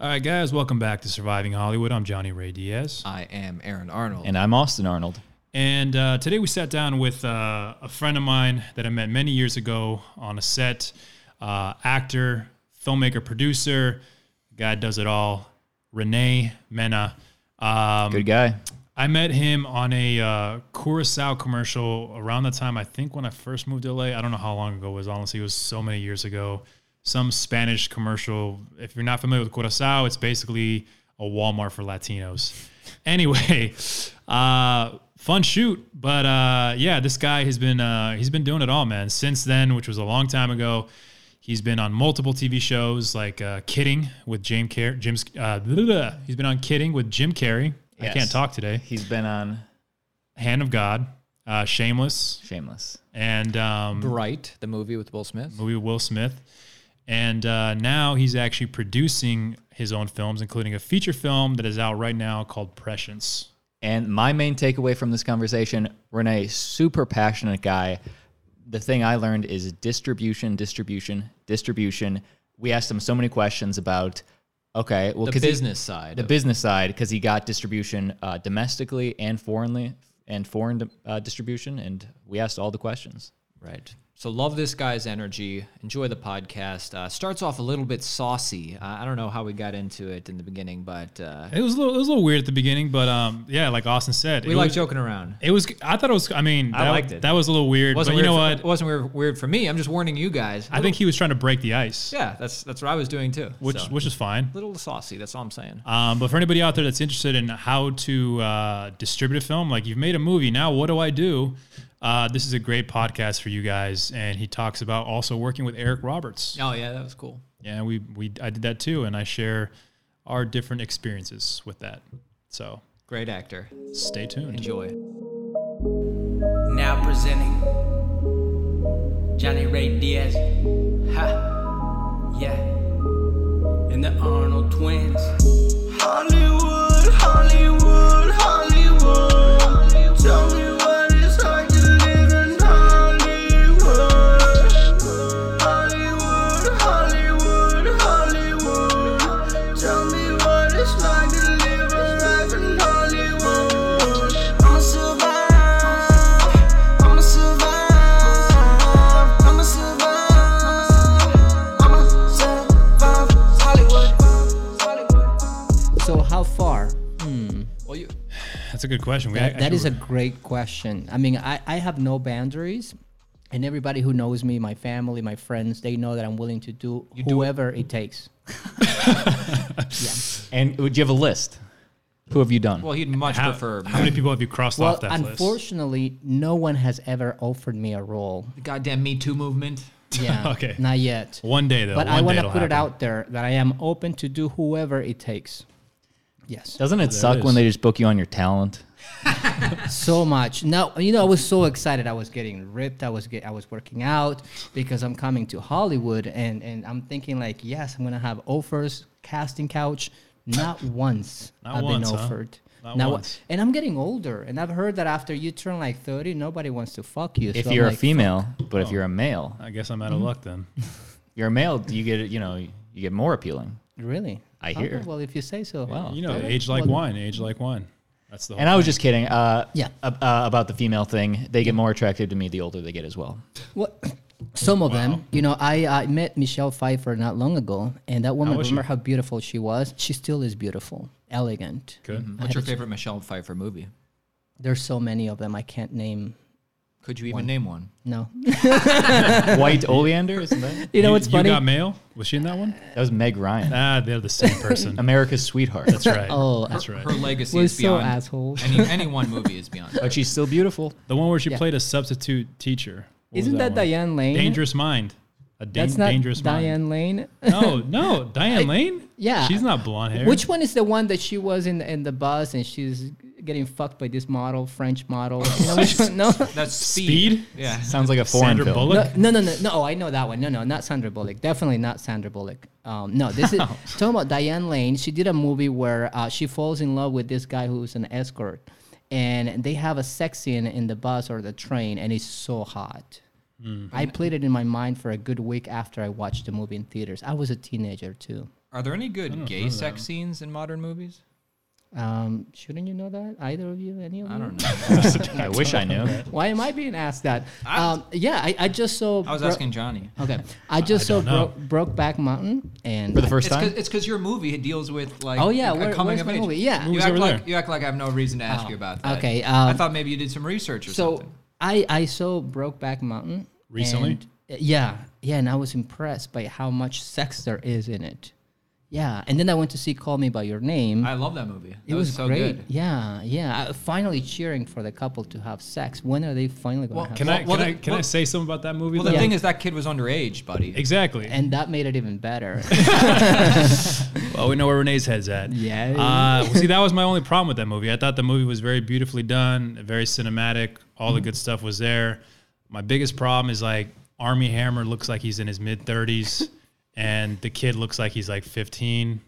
All right, guys, welcome back to Surviving Hollywood. I'm Johnny Ray Diaz. I am Aaron Arnold. And I'm Austin Arnold. And uh, today we sat down with uh, a friend of mine that I met many years ago on a set, uh, actor, filmmaker, producer, guy does it all, Renee Mena. Um, Good guy. I met him on a uh, Curacao commercial around the time I think when I first moved to LA. I don't know how long ago it was. Honestly, it was so many years ago. Some Spanish commercial. If you're not familiar with Curacao, it's basically a Walmart for Latinos. Anyway, uh, fun shoot, but uh, yeah, this guy has been uh, he's been doing it all, man. Since then, which was a long time ago, He's been on multiple TV shows like uh, Kidding with Jim Carrey. Jim's uh, blah, blah, blah. he's been on Kidding with Jim Carrey. I Yes. can't talk today. He's been on Hand of God, uh, Shameless, Shameless. and um, Bright, the movie with Will Smith. movie with Will Smith. And uh, now he's actually producing his own films, including a feature film that is out right now called Prescience. And my main takeaway from this conversation Renee, super passionate guy. The thing I learned is distribution, distribution, distribution. We asked him so many questions about, okay, well, The 'cause he- business side. the of- business side, because he got distribution uh, domestically and foreignly, and foreign uh, distribution. And we asked all the questions. right. So love this guy's energy. Enjoy the podcast. Uh, starts off a little bit saucy. Uh, I don't know how we got into it in the beginning, but uh, It was a little, it was a little weird at the beginning, but um, yeah, like Austin said, we it like was, joking around. It was. I thought it was. I mean, I that, liked it. That was a little weird. But wasn't you weird know for- what? It wasn't weird, weird for me. I'm just warning you guys. I think he was trying to break the ice, yeah, that's that's what I was doing too. which so. which is fine. little saucy. That's all I'm saying. Um, but for anybody out there that's interested in how to uh, distribute a film, like you've made a movie, now what do I do? Uh, this is a great podcast for you guys, and he talks about also working with Eric Roberts. Oh yeah, that was cool. Yeah, we we I did that too, and I share our different experiences with that. So Great actor. stay tuned. Enjoy. Now presenting Johnny Ray Diaz. Ha. Yeah. And the Arnold twins. Hollywood, Hollywood, Hollywood. Tell me what it's like to live in Hollywood. Hollywood, Hollywood, Hollywood. Tell me what it's like to live a life in Hollywood. I'ma survive. I'ma survive. I'ma survive. I'ma survive Hollywood. Hollywood. So how far? Well, you That's a good question. We That, that actually- is a great question. I mean, I, I have no boundaries, and everybody who knows me, my family, my friends, they know that I'm willing to do whoever it takes. And would you have a list? Who have you done? well, he'd much how, prefer. how many people have you crossed Well, off that list? unfortunately, no one has ever offered me a role. Goddamn Me Too movement. Yeah, Okay. not yet. One day though. but one I day want to it'll put it happen. out there that I am open to do whoever it takes. Yes, Doesn't it suck is. when they just book you on your talent? so much. Now you know I was so excited. I was getting ripped. I was get, I was working out because I'm coming to Hollywood, and and I'm thinking like, yes, I'm gonna have offers, casting couch. Not once Not I've once, huh? been offered. Not one- once. And I'm getting older, and I've heard that after you turn like 30, nobody wants to fuck Oh. you. If So I'm you're a like, female, but if you're a male, I guess I'm out of Mm-hmm. luck then. you're a male, you get you know you get more appealing. really? I Okay, hear. well, if you say so. Wow. You know, age like wine. Age like wine. That's the whole And I was just kidding. Uh, Yeah. ab- uh, about the female thing, they get more attractive to me the older they get as well. Well, some of them, you know, I, I met Michelle Pfeiffer not long ago, and that woman, was she? remember how beautiful she was? She still is beautiful, elegant. Good. I What's your had a- favorite Michelle Pfeiffer movie? There's so many of them I can't name. Could you even name one? No, White Oleander, isn't that? you know what's funny? You got mail? Was she in that one? That was Meg Ryan, Ah, they're the same person. America's sweetheart. That's right. Oh, that's right. Her legacy We're is so beyond. assholes. Any, any one movie is beyond. But she's still beautiful. The one where she Yeah. played a substitute teacher. What was isn't that, one? Diane Lane? Dangerous Mind? A da- That's not dangerous Diane Lane. Mind. No, no, Diane Lane. yeah. she's not blonde hair. Which one is the one that she was in in the bus and she's getting fucked by this model, French model? You know which one? No. That's speed. Speed? Yeah. Sounds like a foreign Sandra film. Bullock. No, no, no, no, no. Oh, I know that one. No, no, not Sandra Bullock. Definitely not Sandra Bullock. Um, no, this is talking about Diane Lane. She did a movie where uh, she falls in love with this guy who's an escort, and they have a sex scene in the bus or the train, and it's so hot. I played it in my mind for a good week after I watched the movie in theaters. I was a teenager too. Are there any good gay know sex scenes in modern movies? Um, shouldn't you know that? Either of you, any of you? I don't know. I wish I knew. Why am I being asked that? Um, yeah, I, I just saw. I was Bro- asking Johnny. Okay, I just I saw don't know. Bro- Brokeback Mountain, and For the first It's 'cause- time? It's because your movie deals with like Oh, yeah, a where- coming where's of my age. movie? Yeah. you Movies act over like there. Oh. you act like I have no reason to ask you about that. okay, I um, thought maybe you did some research or so something. I I saw Brokeback Mountain Recently? and- uh, yeah, yeah, and I was impressed by how much sex there is in it. Yeah, and then I went to see Call Me by Your Name. I love that movie. That it was, so great. good. Yeah, yeah. I, finally cheering for the couple to have sex. When are they finally going to Well, have Can sex? I can well, I the- can I well- say something about that movie? Well, the though? thing is, that kid was underage, buddy. exactly. And that made it even better. Well, Oh, we know where Renee's head's at. Yeah. Uh, well, see, that was my only problem with that movie. I thought the movie was very beautifully done, very cinematic. All the good stuff was there. My biggest problem is like Army Hammer looks like he's in his mid 30s, and the kid looks like he's like 15.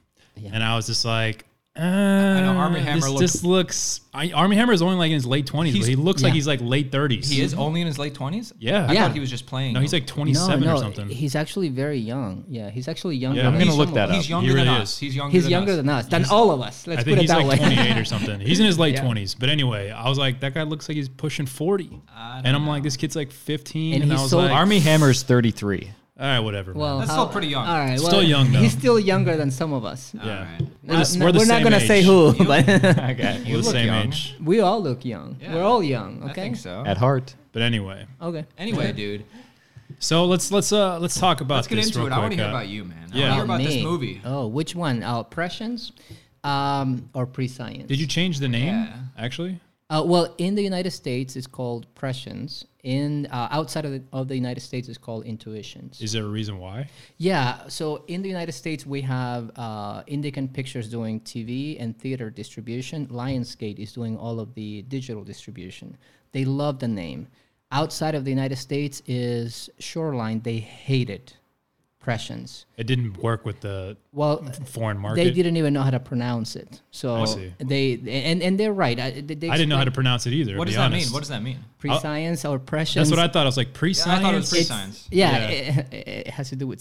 And I was just like, uh, I know Armie Hammer This looked- just looks. I, Army Hammer is only like in his late 20s, He's- but he looks yeah. like he's like late 30s. He is only in his late twenties. Yeah. I Yeah. thought he was just playing. No, he's like 27 no, no, or something. He's actually very young. Yeah, he's actually younger. Yeah. I'm than gonna some look of that us. up. he's younger He than really us. is. He's younger. He's than younger us. than us, than all of us. Let's I put think it he's that like way. 28 or something. He's in his late Yeah. 20s. But anyway, I was like, that guy looks like he's pushing 40. I And I'm like, this kid's like 15. And And, I he's was so- like, Army Hammer's 33. all right, whatever. man. well, That's how- still pretty young. All right, Still well, young, though. He's still younger than some of us. yeah. Alright. We're, the, No, we're the we're same not gonna say age. who, You- but Okay. We're the look same young. age. we all look young. Yeah. We're all young. Okay. I think so. At heart. But anyway, Okay. Anyway, dude, so let's let's uh let's talk about let's get this into it. real I want quick. to hear uh, about you, man. Yeah. I want to hear Oh, about me. this movie. Oh, which one? Uh, oppressions, um, or pre-science? Did you change the name? Yeah. Actually, Uh, well, in the United States, it's called prescience. In uh, outside of the, of the United States, it's called intuitions. is there a reason why? Yeah. So in the United States, we have uh, Indican Pictures doing TV and theater distribution. Lionsgate is doing all of the digital distribution. They love the name. Outside of the United States is Shoreline. They hate it. Prescience. It didn't work with the Well, foreign market. they didn't even know how to pronounce it. So I see. they and and they're right. I, they, they I didn't know how to explain pronounce it either. to What be does that honest. mean? What does that mean? pre-science or prescience. That's what I thought. I was like pre-science. thought it was It's- science. Yeah, Yeah. It, it has to do with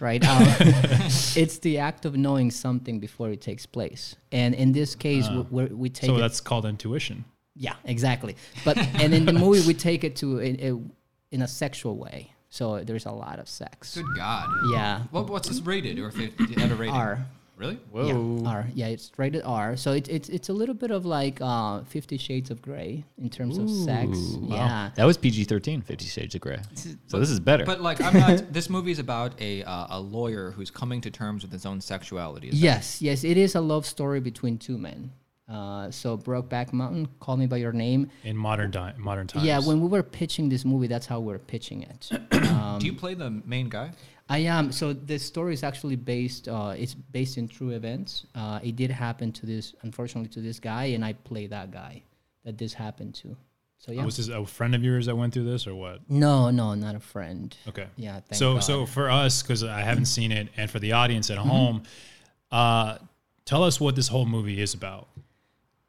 right? Um, it's the act of knowing something before it takes place, and in this case, we, we take Ah. so it. that's called intuition. yeah, exactly. But and in the movie, we take it to in, in- in a sexual way. So there's a lot of sex. Good God. Yeah, What, what's this rated? Or if it had a rating? R. Really? Yeah, R. Yeah, it's rated R. So it, it's it's a little bit of like uh, Fifty Shades of Grey in terms of sex. Yeah. That was PG 13, Fifty Shades of Grey. So this is better. But like, I'm not. this movie is about a uh, a lawyer who's coming to terms with his own sexuality. Is that- Yes, yes, it is a love story between two men. Uh, so Brokeback Mountain, Call Me by Your Name. In modern di- modern times, Yeah, when we were pitching this movie, that's how we were pitching it. Do you play the main guy? I am. So the story is actually based. Uh, it's based in true events. Uh, it did happen to this, unfortunately, to this guy, and I play that guy that this happened to. So yeah. was this a friend of yours that went through this or what? no, no, not a friend. Okay. Yeah, thank so God. Mm-hmm. so for us, because I haven't seen it, and for the audience at home, uh, tell us what this whole movie is about.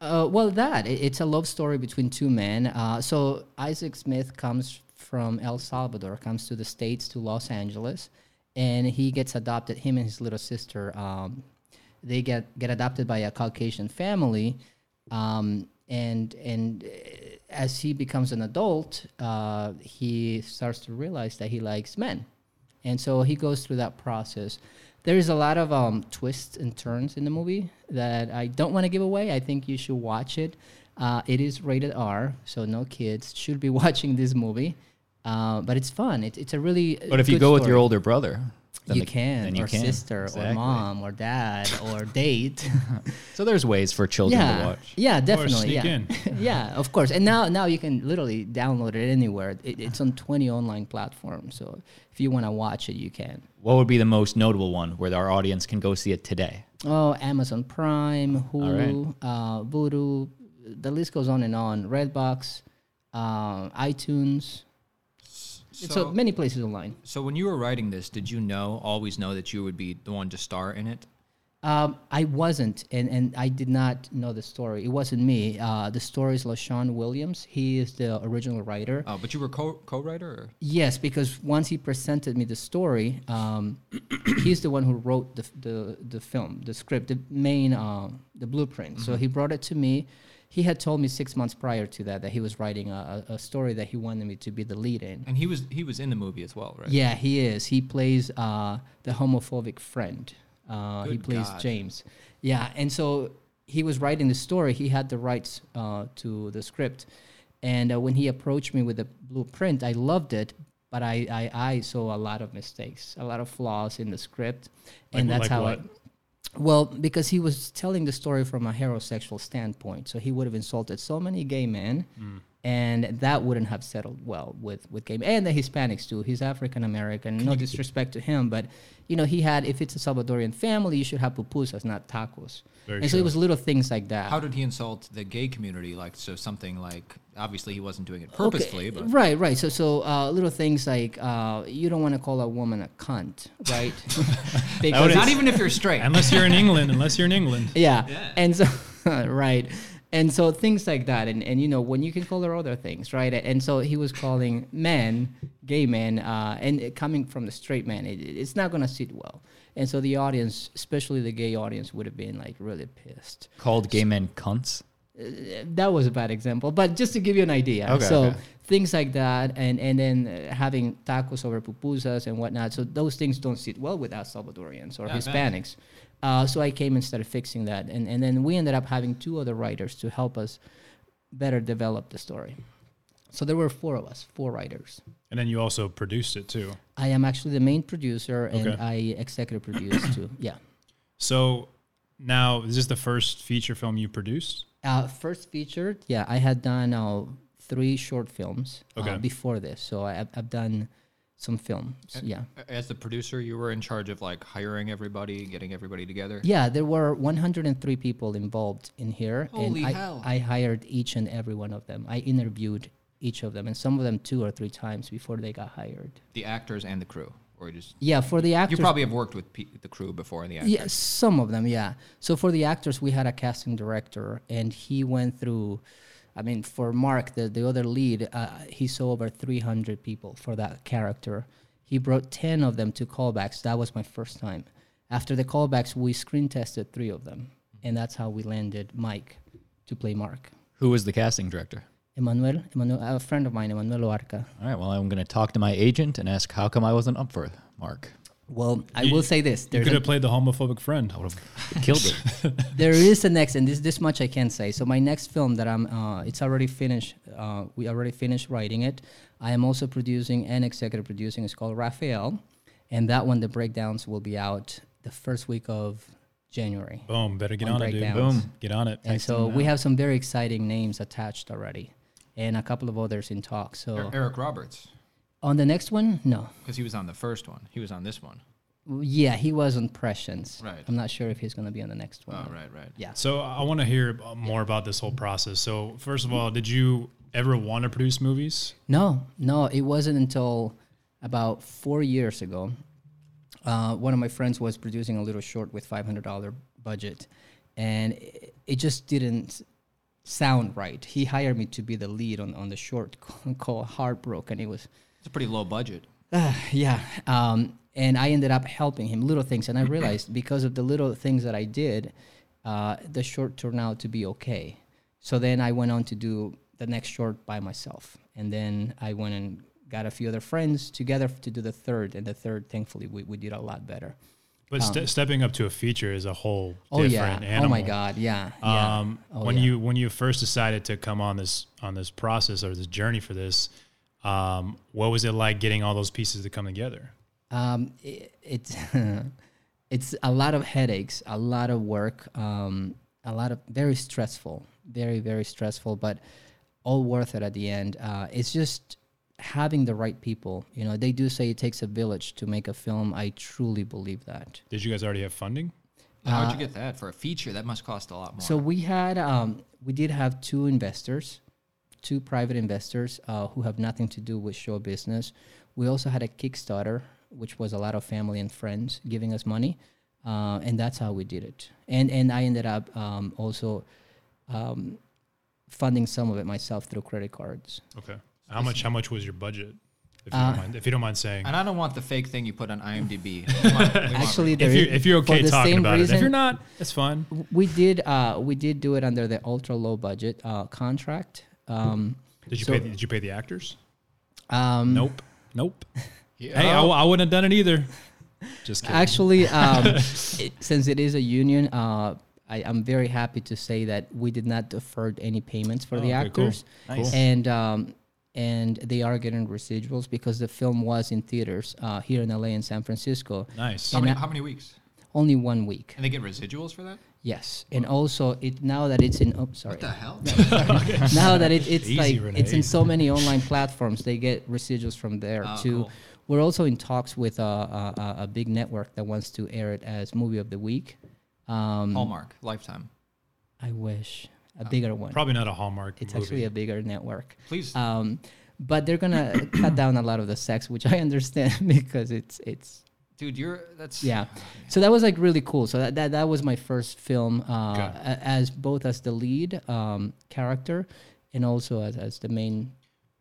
Uh, well, that it, it's a love story between two men. Uh, so Isaac Smith comes from El Salvador, comes to the states to Los Angeles, and he gets adopted. Him and his little sister, um, they get get adopted by a Caucasian family, um, and and uh, as he becomes an adult, uh, he starts to realize that he likes men, and so he goes through that process. There is a lot of um, twists and turns in the movie that I don't want to give away. I think you should watch it. Uh, it is rated R, so no kids should be watching this movie. Uh, but it's fun. It, it's a really. But if you good go with story. your older brother, then you the- can, then you or can. sister, or Exactly. mom, or dad, or date. So there's ways for children to yeah, watch. yeah, Or definitely. sneak yeah. in. yeah, of course. And now, now you can literally download it anywhere. It, it's on twenty online platforms. So if you want to watch it, you can. What would be the most notable one where our audience can go see it today? Oh, Amazon Prime, Hulu, right. uh, Voodoo. The list goes on and on. Redbox, uh, iTunes. So, It's so many places online. so when you were writing this, did you know always know that you would be the one to star in it? Um, I wasn't, and, and I did not know the story. It wasn't me. Uh, the story is LaShawn Williams. He is the original writer. Oh, but you were co co-writer. Or? Yes, because once he presented me the story, um, he's the one who wrote the, the, the film, the script, the main, uh, the blueprint. So he brought it to me. He had told me six months prior to that that he was writing a, a a story that he wanted me to be the lead in. And he was he was in the movie as well, right? Yeah, he is. He plays uh, the homophobic friend. Uh, he Good plays God. James. Yeah, and so he was writing the story. He had the rights uh, to the script, and uh, when he approached me with the blueprint, I loved it. But I, I, I saw a lot of mistakes, a lot of flaws in the script, and Like- like that's how what? I. Well, because he was telling the story from a heterosexual standpoint, so he would have insulted so many gay men, Mm. and that wouldn't have settled well with with gay men and the Hispanics too. He's African American. No disrespect to him, but you know he had if it's a Salvadorian family, you should have pupusas, not tacos. Very and so it true. was little things like that. How did he insult the gay community? Like, so something like obviously he wasn't doing it purposefully, but Right, right. So, so uh, little things like uh, you don't want to call a woman a cunt, right? because not even if you're straight. Unless you're in England, unless you're in England. yeah. And so, right. And so things like that. And, and, you know, when you can call her other things, right? And so he was calling men, gay men, uh, and it coming from the straight man, it, it- it's not going to sit well. And so the audience, especially the gay audience, would have been like really pissed. Called gay men cunts. That was a bad example, but just to give you an idea. Okay, so okay. things like that, and, and then uh, having tacos over pupusas and whatnot. So those things don't sit well with us Salvadorians or Yeah, I bet. Hispanics. Hispanics. Uh, so I came and started fixing that. And, and then we ended up having two other writers to help us better develop the story. So there were four of us, four writers. And then you also produced it too. I am actually the main producer and Okay. I executive produce too. Yeah. So now is this the first feature film you produced? Uh, first featured, yeah, I had done uh, three short films uh, Okay. before this. So I, I've- I've done some films. yeah. As the producer, you were in charge of like hiring everybody, getting everybody together. Yeah, there were 103 people involved in here. Holy and I, hell. I hired each and every one of them. I interviewed each of them, and some of them two or three times before they got hired. The actors and the crew, or you just Yeah, for the you actors. probably have worked with pe- the crew before and the actors. yeah, some of them, yeah. So for the actors, we had a casting director, and he went through. I mean, for Mark, the, the other lead, uh, he saw over 300 people for that character. He brought 10 of them to callbacks. That was my first time. After the callbacks, we screen tested three of them, and that's how we landed Mike to play Mark. Who was the casting director? Emmanuel, Emmanuel a friend of mine, Emmanuel Arca. All right. Well, I'm going to talk to my agent and ask how come I wasn't up for it, Mark. Well, I will say this: You there's could a have played the homophobic friend. Killed it. there is a next, and this this much I can say. So my next film that I'm, uh, it's already finished. Uh, we already finished writing it. I am also producing and executive producing. It's called Raphael, and that one, the breakdowns will be out the first week of January. Oh, Boom. Better get On on, it, dude. breakdowns. Boom. Get on it. And so we have some very exciting names attached already, and a couple of others in talk. So Eric Roberts, on the next one, no, because he was on the first one. He was on this one. yeah, he was on Prescience. Right. I'm not sure if he's going to be on the next one. Oh, right, right. Yeah. So I want to hear ab- more about this whole process. So first of all, did you ever want to produce movies? No, no, it wasn't until about four years ago. Uh, one of my friends was producing a little short with five hundred dollar budget, and it, it just didn't sound right. He hired me to be the lead on, on the short called Heartbroken. It was It's a pretty low budget. yeah. Um, and I ended up helping him little things, and I realized because of the little things that I did, uh, the short turned out to be okay. So then I went on to do the next short by myself, and then I went and got a few other friends together to do the third, and the third, thankfully, we, we did a lot better. But ste- stepping up to a feature is a whole Um, Oh yeah! different animal. Oh my God! Yeah. yeah. Um, Oh, when yeah. you when you first decided to come on this on this process or this journey for this, um, what was it like getting all those pieces to come together? Um, i it's it's a lot of headaches, a lot of work, um, a lot of very stressful, very very stressful, but all worth it at the end. Uh, it's just having the right people. You know, they do say it takes a village to make a film. I truly believe that. Did you guys already have funding? How'd you get that for a feature? That must cost a lot more. Uh, So we had um, we did have two investors, two private investors uh, who have nothing to do with show business. We also had a Kickstarter, which was a lot of family and friends giving us money. uh, and that's how we did it. And and I ended up um, also um, funding some of it myself through credit cards. Okay. How much? How much was your budget? If you, Uh, don't, mind, if you don't mind saying, And I don't want the fake thing you put on IMDb. We want- we want Actually, there if you is- if you're for okay the talking same about it, if you're reason- not, it's fine. we did uh, we did do it under the ultra low budget uh, contract. Um, Did you So- pay? The, did you pay the actors? um, Nope. Nope. Yeah. Hey, I, I wouldn't have done it either. Just kidding. Actually, um, it- since it is a union, uh, I, I'm very happy to say that we did not defer any payments for Oh, the okay, cool. actors, Nice. Cool. and um, and they are getting residuals because the film was in theaters uh, here in LA and San Francisco nice. how, many, and I- how many weeks? only one week. And they get residuals for that? Yes, and also it now that it's in oh sorry What the hell? now that it, it's Easy, like Renee, it's in easy. so many online platforms, they get residuals from there Oh, too. cool. We're also in talks with a, a, a- a big network that wants to air it as movie of the week. Um, Hallmark, Lifetime. I wish a bigger one. Oh, Probably not a Hallmark. It's movie. actually a bigger network. Please. Um, but they're gonna cut down a lot of the sex, which I understand because it's it's Dude, you're. That's. yeah. So that was like really cool. So that that, that was my first film uh, Got it. a- as both as the lead um, character and also as, as the main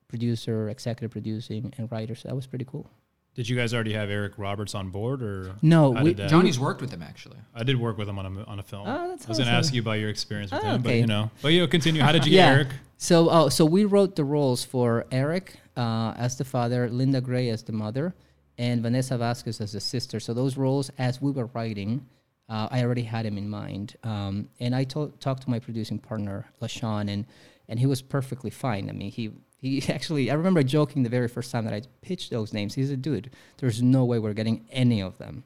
producer, executive producing, and writer. So that was pretty cool. Did you guys already have Eric Roberts on board, or No, How we- did that- Johnny's worked with them, actually. I did work with him on a mo- on a film. Oh, that's I was going to awesome. ask you about your experience with Oh, him, but okay. you know, but you know, continue. How did you get Eric? So, oh, so we wrote the roles for Eric uh, as the father, Linda Gray as the mother, and Vanessa Vasquez as the sister. So those roles, as we were writing, uh, I already had him in mind, um, and I to- talked to my producing partner Lashawn, and and he was perfectly fine. I mean, he. He actually, I remember joking the very first time that I pitched those names. He's a dude. There's no way we're getting any of them.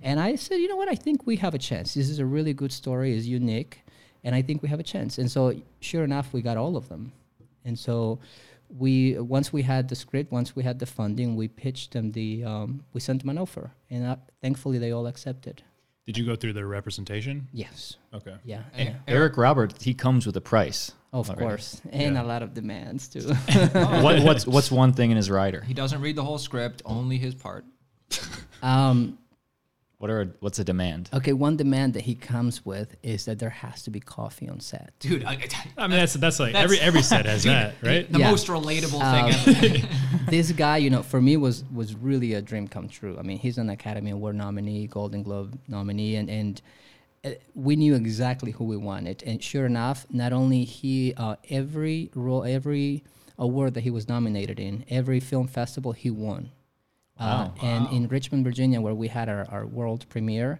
and I said, you know what? I think we have a chance. This is a really good story. It's unique and I think we have a chance. And so, sure enough, we got all of them. And so, we once we had the script, once we had the funding, we pitched them the um, we sent them an offer, and uh, thankfully they all accepted. Did you go through the representation? Yes, Okay. yeah, Hey, yeah. Eric Roberts, he comes with a price. of Alright. course, and Yeah. a lot of demands too. what, what's what's one thing in his rider? He doesn't read the whole script, only his part. um, What are what's a demand? okay, one demand that he comes with is that there has to be coffee on set. Dude, I, I mean, that's that's like every every set has that, right? the Yeah. Um, most relatable thing ever. this guy, you know, for me was was really a dream come true. I mean, he's an Academy Award nominee, Golden Globe nominee, and and uh, we knew exactly who we wanted. And sure enough, not only he, uh, every role, every award that he was nominated in, every film festival he won. Uh, And in Richmond, Virginia, where we had our, our world premiere,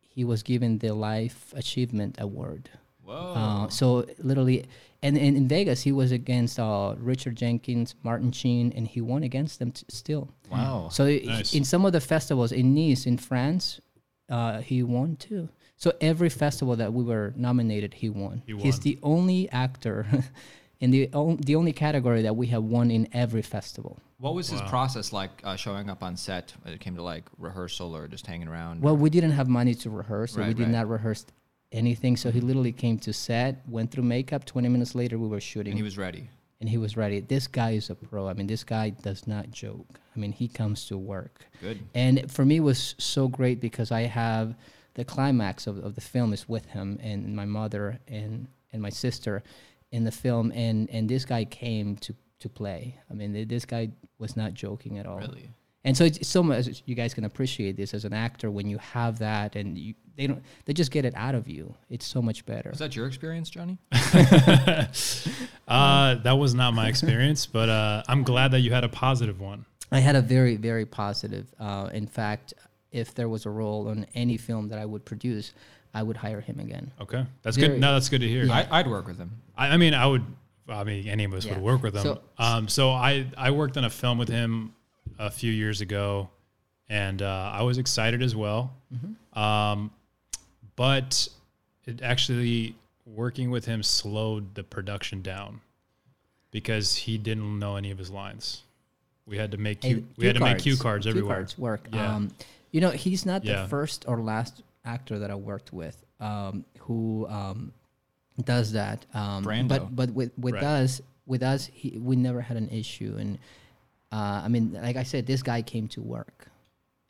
he was given the Life Achievement Award. Whoa. Uh, so literally, and, and in Vegas, he was against uh, Richard Jenkins, Martin Sheen, and he won against them t- still. Wow. So i- Nice. in some of the festivals in Nice, in France, uh, he won too. So every festival that we were nominated, he won. He He's won. the only actor in the on, the only category that we have won in every festival. What was his process like uh, showing up on set when it came to like rehearsal or just hanging around? Well, we didn't have money to rehearse, so we Right, did right. not rehearse anything. So he literally came to set, went through makeup. Twenty minutes later, we were shooting. and he was ready. and he was ready. This guy is a pro. I mean, this guy does not joke. I mean, he comes to work. Good. And for me, it was so great because I have the climax of, of the film is with him and my mother and, and my sister in the film. And, and this guy came to, to play. I mean, th- this guy was not joking at all. Really? And so it's so much you guys can appreciate this as an actor when you have that and you, they don't they just get it out of you. It's so much better. Was that your experience, Johnny? Uh, that was not my experience, but uh, I'm glad that you had a positive one. I had a very, very positive. Uh, in fact, if there was a role on any film that I would produce, I would hire him again. Okay, that's Very- good. No, that's good to hear. I, I'd work with him. I, I mean, I would. I mean, any of us Yeah. would work with him. So- um, so I I worked on a film with him a few years ago, and uh, I was excited as well. Mm-hmm. Um, but it actually working with him slowed the production down because he didn't know any of his lines. We had to make Hey, cue, we had to make cue cards cue everywhere. cards work. Yeah. Um, you know, he's not Yeah. the first or last actor that I worked with um, who um, does that. Um, Brando. But but with with Right. us with us he, we never had an issue. And uh, I mean, like I said, this guy came to work.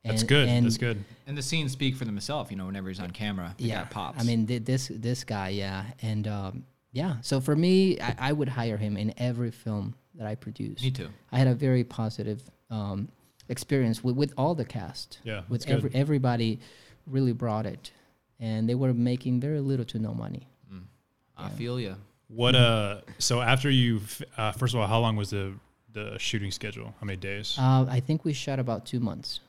That's And- good. and- That's good. And the scenes speak for themselves. You know, whenever he's on camera, the guy pops. I mean, thi- this this guy, yeah, and um, yeah. So for me, I, I would hire him in every film that I produce. Me too. I had a very positive um, experience with, with all the cast. Yeah, that's with good. every everybody, really brought it, and they were making very little to no money. I feel you. What uh? So after you, f- uh, first of all, how long was the the shooting schedule? How many days? Uh, I think we shot about two months.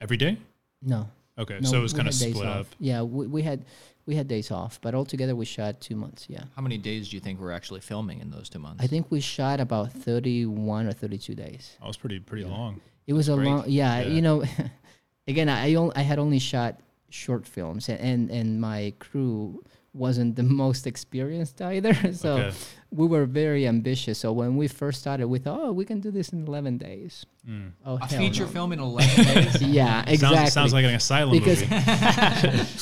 Every day? No, Okay, no so it was we kind of had days split up. off. Yeah, we, we had we had days off, but altogether we shot two months. Yeah, How many days do you think we're actually filming in those two months? I think we shot about thirty-one or thirty-two days. That was pretty pretty long. It was a Great. long, yeah, Yeah. You know, again, I only, I had only shot short films, a- and and my crew wasn't the most experienced either. So Okay. we were very ambitious. So when we first started, we thought, oh, we can do this in eleven days. Oh, a hell feature no. film in 11 days? Yeah, exactly. Mm. Sounds, sounds like an asylum Because- movie.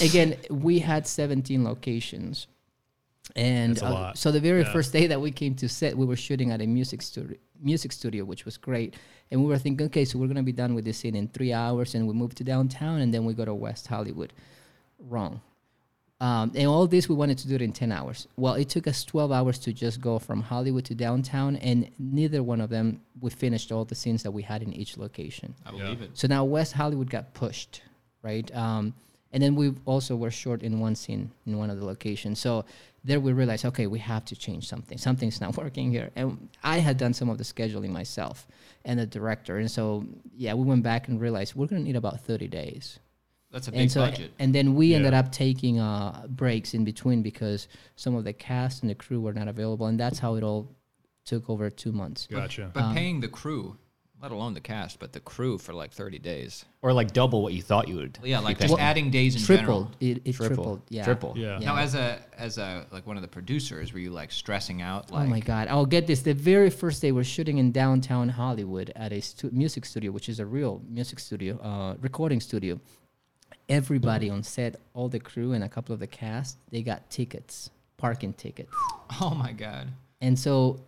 again, we had 17 locations. And That's a uh, lot. so the very Yeah. first day that we came to set, we were shooting at a music studio, music studio, which was great. And we were thinking, okay, so we're gonna be done with this scene in three hours, and we move to downtown, and then we go to West Hollywood. Wrong. Um, and all this we wanted to do it in 10 hours. Well, it took us 12 hours to just go from Hollywood to downtown, and neither one of them we finished all the scenes that we had in each location. I believe it. So now West Hollywood got pushed, right? Um, and then we also were short in one scene in one of the locations. So there we realized, okay, we have to change something. Something's not working here. And I had done some of the scheduling myself and the director. And so, yeah, we went back and realized we're going to need about 30 days. That's a big And so, budget. and then we ended Yeah. up taking uh, breaks in between because some of the cast and the crew were not available, and that's how it all took over two months. Gotcha. Um, But paying the crew, let alone the cast, but the crew for like 30 days. or like double what you thought you would. Yeah, like be just paying. adding days in general. Tripled, it, it tripled, Triple. yeah, Triple. Yeah. Now, as a as a like one of the producers, were you like stressing out? Like, oh my god! I'll get this. The very first day we're shooting in downtown Hollywood at a stu- music studio, which is a real music studio, uh, recording studio. Everybody on set, all the crew and a couple of the cast, they got tickets, parking tickets. oh my god! And so,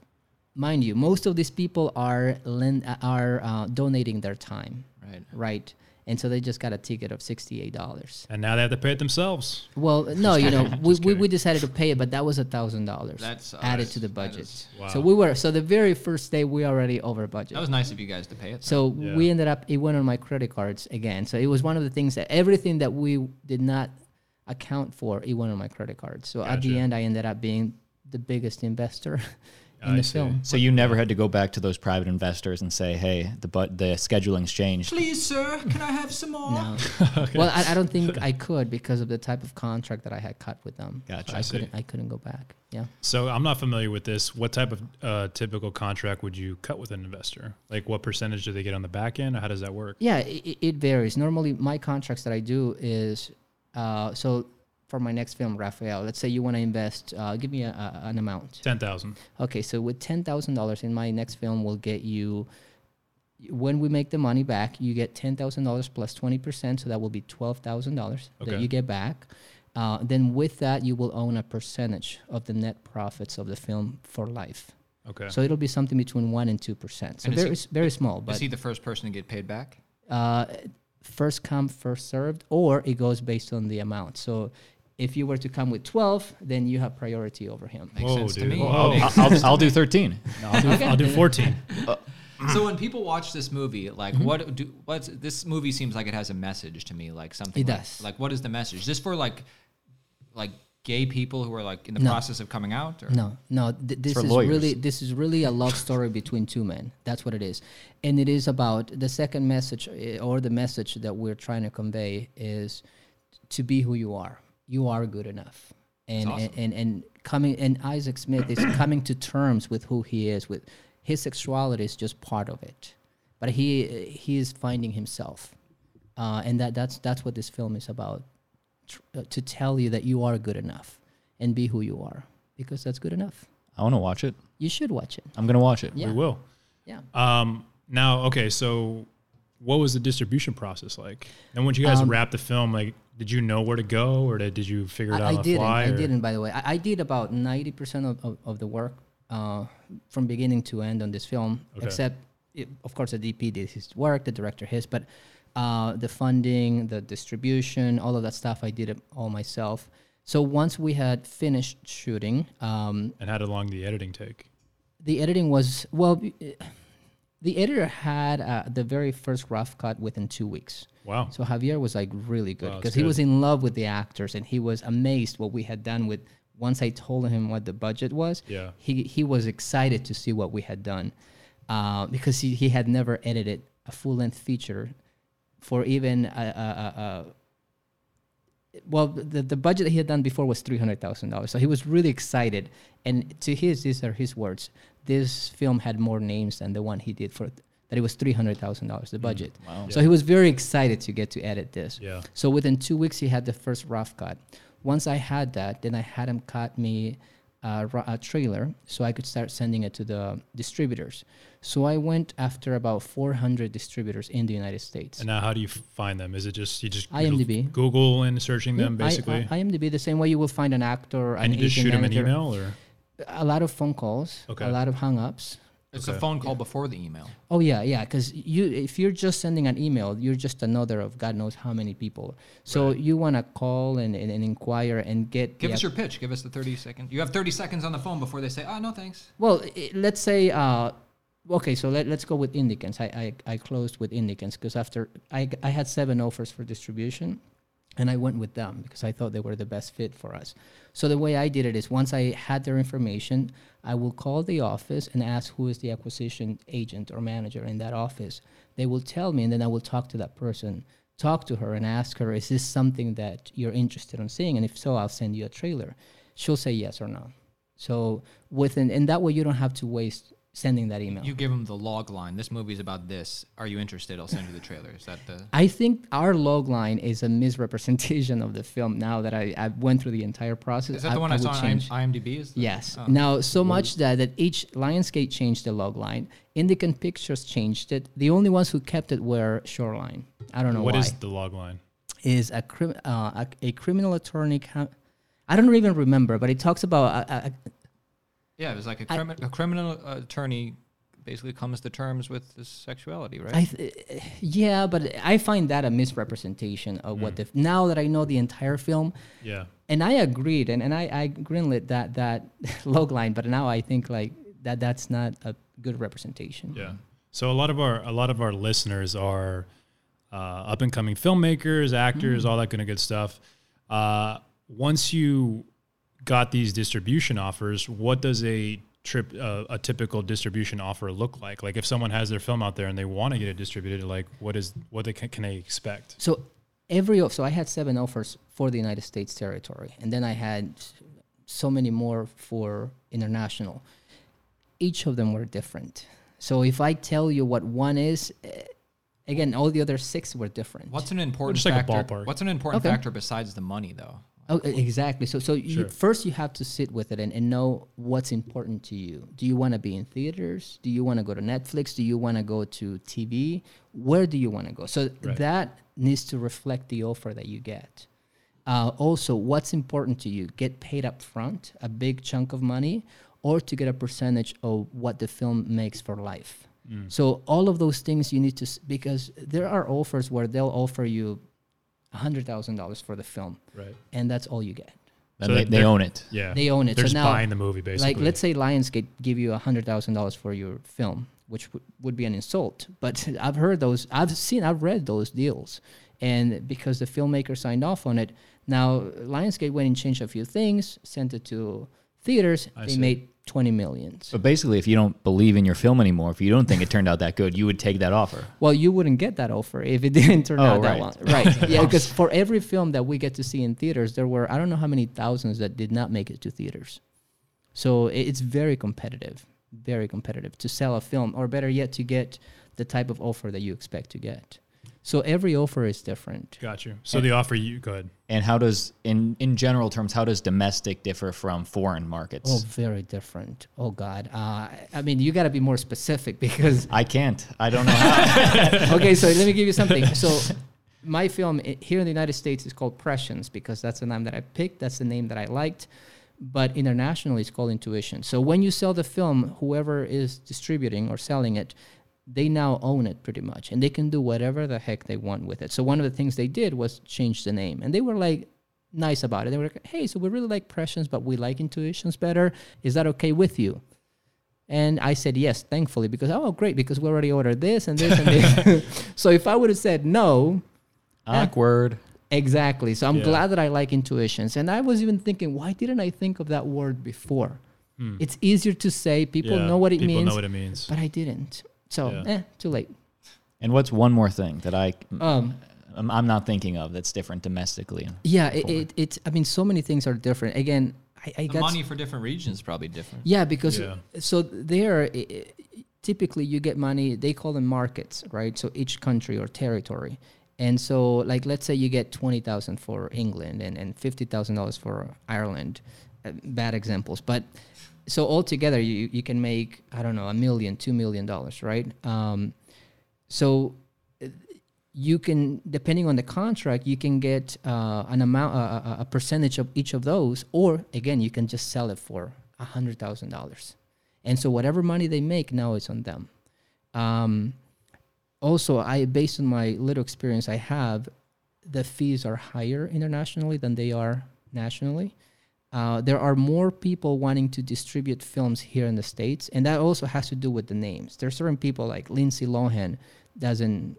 mind you, most of these people are lend- uh, are uh, donating their time, Right. right? And so they just got a ticket of sixty-eight dollars. And now they have to pay it themselves. Well, no, you know, we, we, we kidding. decided to pay it, but that was a thousand dollars That's- added that's- to the that budget. is- So Wow. we were so the very first day we already over budget. That was nice of you guys to pay it. so Yeah. we ended up it went on my credit cards again. So it was one of the things that everything that we did not account for it went on my credit cards. So at the Gotcha. end, I ended up being the biggest investor in I the see. film. So you never had to go back to those private investors and say, "Hey, the but the scheduling's changed." Please, sir, can I have some more? No. Well, I, I don't think I could because of the type of contract that I had cut with them. Gotcha. So I, I see. couldn't. I couldn't go back. Yeah. So I'm not familiar with this. What type of uh, typical contract would you cut with an investor? Like what percentage do they get on the back end? Or how does that work? Yeah, it, it varies. Normally, my contracts that I do is uh, so for my next film, Raphael. Let's say you want to invest. Uh, give me a, a, an amount. Ten thousand. Okay, so with ten thousand dollars in my next film, will get you. When we make the money back, you get ten thousand dollars plus twenty percent, so that will be twelve thousand dollars that Okay. you get back. Uh, then with that, you will own a percentage of the net profits of the film for life. Okay. So it'll be something between one and two percent. So And is very, he- s- very small. But Is he the first person to get paid back? uh, first come, first served, or it goes based on the amount. So if you were to come with 12, then you have priority over him. Makes Whoa, sense dude. to me. Whoa. Makes I'll, I'll, I'll do thirteen. I'll, do, I'll do fourteen. so when people watch this movie, like Mm-hmm. what do what's this movie seems like it has a message to me, like something It like, does. like what is the message? Is this for like like gay people who are like in the No. process of coming out or No, no. Th- this for is lawyers. really this is really a love story between two men. That's what it is, and it is about the second message eh, or the message that we're trying to convey is to be who you are. You are good enough, and That's awesome. and, and and coming and Isaac Smith is coming to terms with who he is. With his sexuality is just part of it, but he eh, he is finding himself, uh, and that that's that's what this film is about tr- uh, to tell you that you are good enough and be who you are because that's good enough. I want to watch it. You should watch it. I'm gonna watch it. Yeah. We will. Yeah. Um, now, okay, so what was the distribution process like? And once you Um, guys wrapped the film, like, did you know where to go, or did, did you figure it out I, I on the didn't. fly? I or- didn't, by the way. I, I did about 90% of, of, of the work uh, from beginning to end on this film, Okay. except, it, of course, the DP did his work, the director his, but uh, the funding, the distribution, all of that stuff. I did it all myself. So once we had finished shooting, um, And how did long the editing take? the editing was well. The editor had uh, the very first rough cut within two weeks. Wow. So Javier was like really good Wow, that's because he good. was in love with the actors and he was amazed what we had done with. Once I told him what the budget was, Yeah. he he was excited to see what we had done uh, because he, he had never edited a full length feature for even uh, a, a, a, a well, the, the budget that he had done before was three hundred thousand dollars. So he was really excited. And to his, these are his words. This film had more names than the one he did for that. It was three hundred thousand dollars the budget. wow. So he was very excited to get to edit this. Hmm. Yeah. So within two weeks, he had the first rough cut. Once I had that, then I had him cut me a, ra- a trailer so I could start sending it to the distributors. So I went after about four hundred distributors in the United States. And now, how do you find them? Is it just you just IMDb. Google and searching them Yeah, I- basically? I, IMDb the same way you will find an actor. and An you just shoot agent them an manager. email or A lot of phone calls. Okay. A lot of hang-ups. It's a phone call before the email. Oh yeah, yeah. Because you, if you're just sending an email, you're just another of God knows how many people. So you want to call and, and, and inquire and get. Give the us your pitch. Give us the 30 second. You have 30 seconds on the phone before they say, oh, no, thanks. Well, i let's say, uh, okay, so let, let's go with Indicans. I, I, I closed with Indicans because after I, g- I had seven offers for distribution and I went with them because I thought they were the best fit for us. So the way I did it is once I had their information, I will call the office and ask who is the acquisition agent or manager in that office. They will tell me and then I will talk to that person. Talk to her and ask her, is this something that you're interested in seeing? And if so, I'll send you a trailer. She'll say yes or no. So within and that way you don't have to waste sending that email. You give them the log line. This movie's about this. Are you interested? I'll send you the trailer. Is that the. I think our log line is a misrepresentation of the film. Now that I, I went through the entire process, Is that the one I, would saw on change- IMDb? Is the- Yes. Oh. Now, so much that, that each Lionsgate changed the log line. Indican Pictures changed it. The only ones who kept it were Shoreline. I don't know what why. is the log line? is a, crim- uh, a, a criminal attorney. ca- I don't even remember, but it talks about uh, a, a, Yeah, it was like a, I- crimi- a criminal uh, attorney basically comes to terms with his sexuality, right? I th- yeah, but I find that a misrepresentation of Mm. what the f- now that I know the entire film, Yeah. and I agreed, and, and I, I greenlit that that log line, but now I think like that that's not a good representation. Yeah. So a lot of our a lot of our listeners are uh, up and coming filmmakers, Mm. actors, all that kind of good stuff. Uh, once you got these distribution offers, what does a trip uh, a typical distribution offer look like? Like if someone has their film out there and they want to get it distributed, like what is what they can, can they expect? So every off- so I had seven offers for the United States territory, and then I had so many more for international. Each of them were different. So if I tell you what one is, eh, again, all the other six were different. What's an important Just like a factor? ballpark. What's an important Okay. factor besides the money, though? Oh, e- exactly. So, so you, first you have to sit with it and, and know what's important to you. Do you want to be in theaters? Do you want to go to Netflix? Do you want to go to TV? Where do you want to go? So that needs to reflect the offer that you get. Uh, also, what's important to you? Get paid up front, a big chunk of money, or to get a percentage of what the film makes for life. So all of those things you need to s- because there are offers where they'll offer you hundred thousand dollars for the film, Right. and that's all you get. Then So they, they they're- own it. Yeah. They own it. They're So just now, buying the movie basically. Like, let's say Lionsgate give you hundred thousand dollars for your film, which w- would be an insult. But I've heard those. I've seen. I've read those deals, and because the filmmaker signed off on it, now Lionsgate went and changed a few things, sent it to theaters. they see. made twenty millions. But basically, if you don't believe in your film anymore, if you don't think it turned out that good, you would take that offer. Well, you wouldn't get that offer if it didn't turn Oh, out right. that one. Right. Yeah, because for every film that we get to see in theaters, there were I don't know how many thousands that did not make it to theaters. So i- it's very competitive, very competitive to sell a film, or better yet, to get the type of offer that you expect to get. So every offer is different. got you. So the offer you go ahead. And how does, in in general terms, how does domestic differ from foreign markets? Oh, very different. Oh God. Uh, I mean, you got to be more specific because I can't. I don't know how. okay, so let me give you something. So my film i- here in the United States is called Prescience because that's the name that I picked. That's the name that I liked. But internationally, it's called Intuition. So when you sell the film, whoever is distributing or selling it, they now own it pretty much and they can do whatever the heck they want with it. So one of the things they did was change the name and they were like nice about it. They were like, "Hey, so we really like Prescience, but we like Intuitions better. Is that okay with you?" And I said yes, thankfully, because oh great, because we already ordered this and this and this. so if I would have said no, Awkward. Exactly. So I'm Yeah. glad that I like intuitions. And I was even thinking, why didn't I think of that word before? It's easier to say. People Hmm. Yeah, know what it people means, know what it means. but I didn't. So, Yeah. eh, too late. And what's one more thing that I Um, I'm, I'm not thinking of that's different domestically? yeah, it, it, it. I mean, so many things are different. Again, I, I The got money for different regions is probably different. Yeah, because Yeah. so there, i- i- typically you get money. They call them markets, right? So each country or territory, and so like let's say you get twenty thousand for England and and fifty thousand dollars for Ireland. Uh, bad examples, but so altogether you you can make I don't know a million, two million dollars, right? Um, so you can depending on the contract you can get uh, an amount uh, a percentage of each of those or again you can just sell it for a $100000 and so whatever money they make now it's on them um, also i based on my little experience i have the fees are higher internationally than they are nationally uh, there are more people wanting to distribute films here in the states and that also has to do with the names there's certain people like lindsay lohan doesn't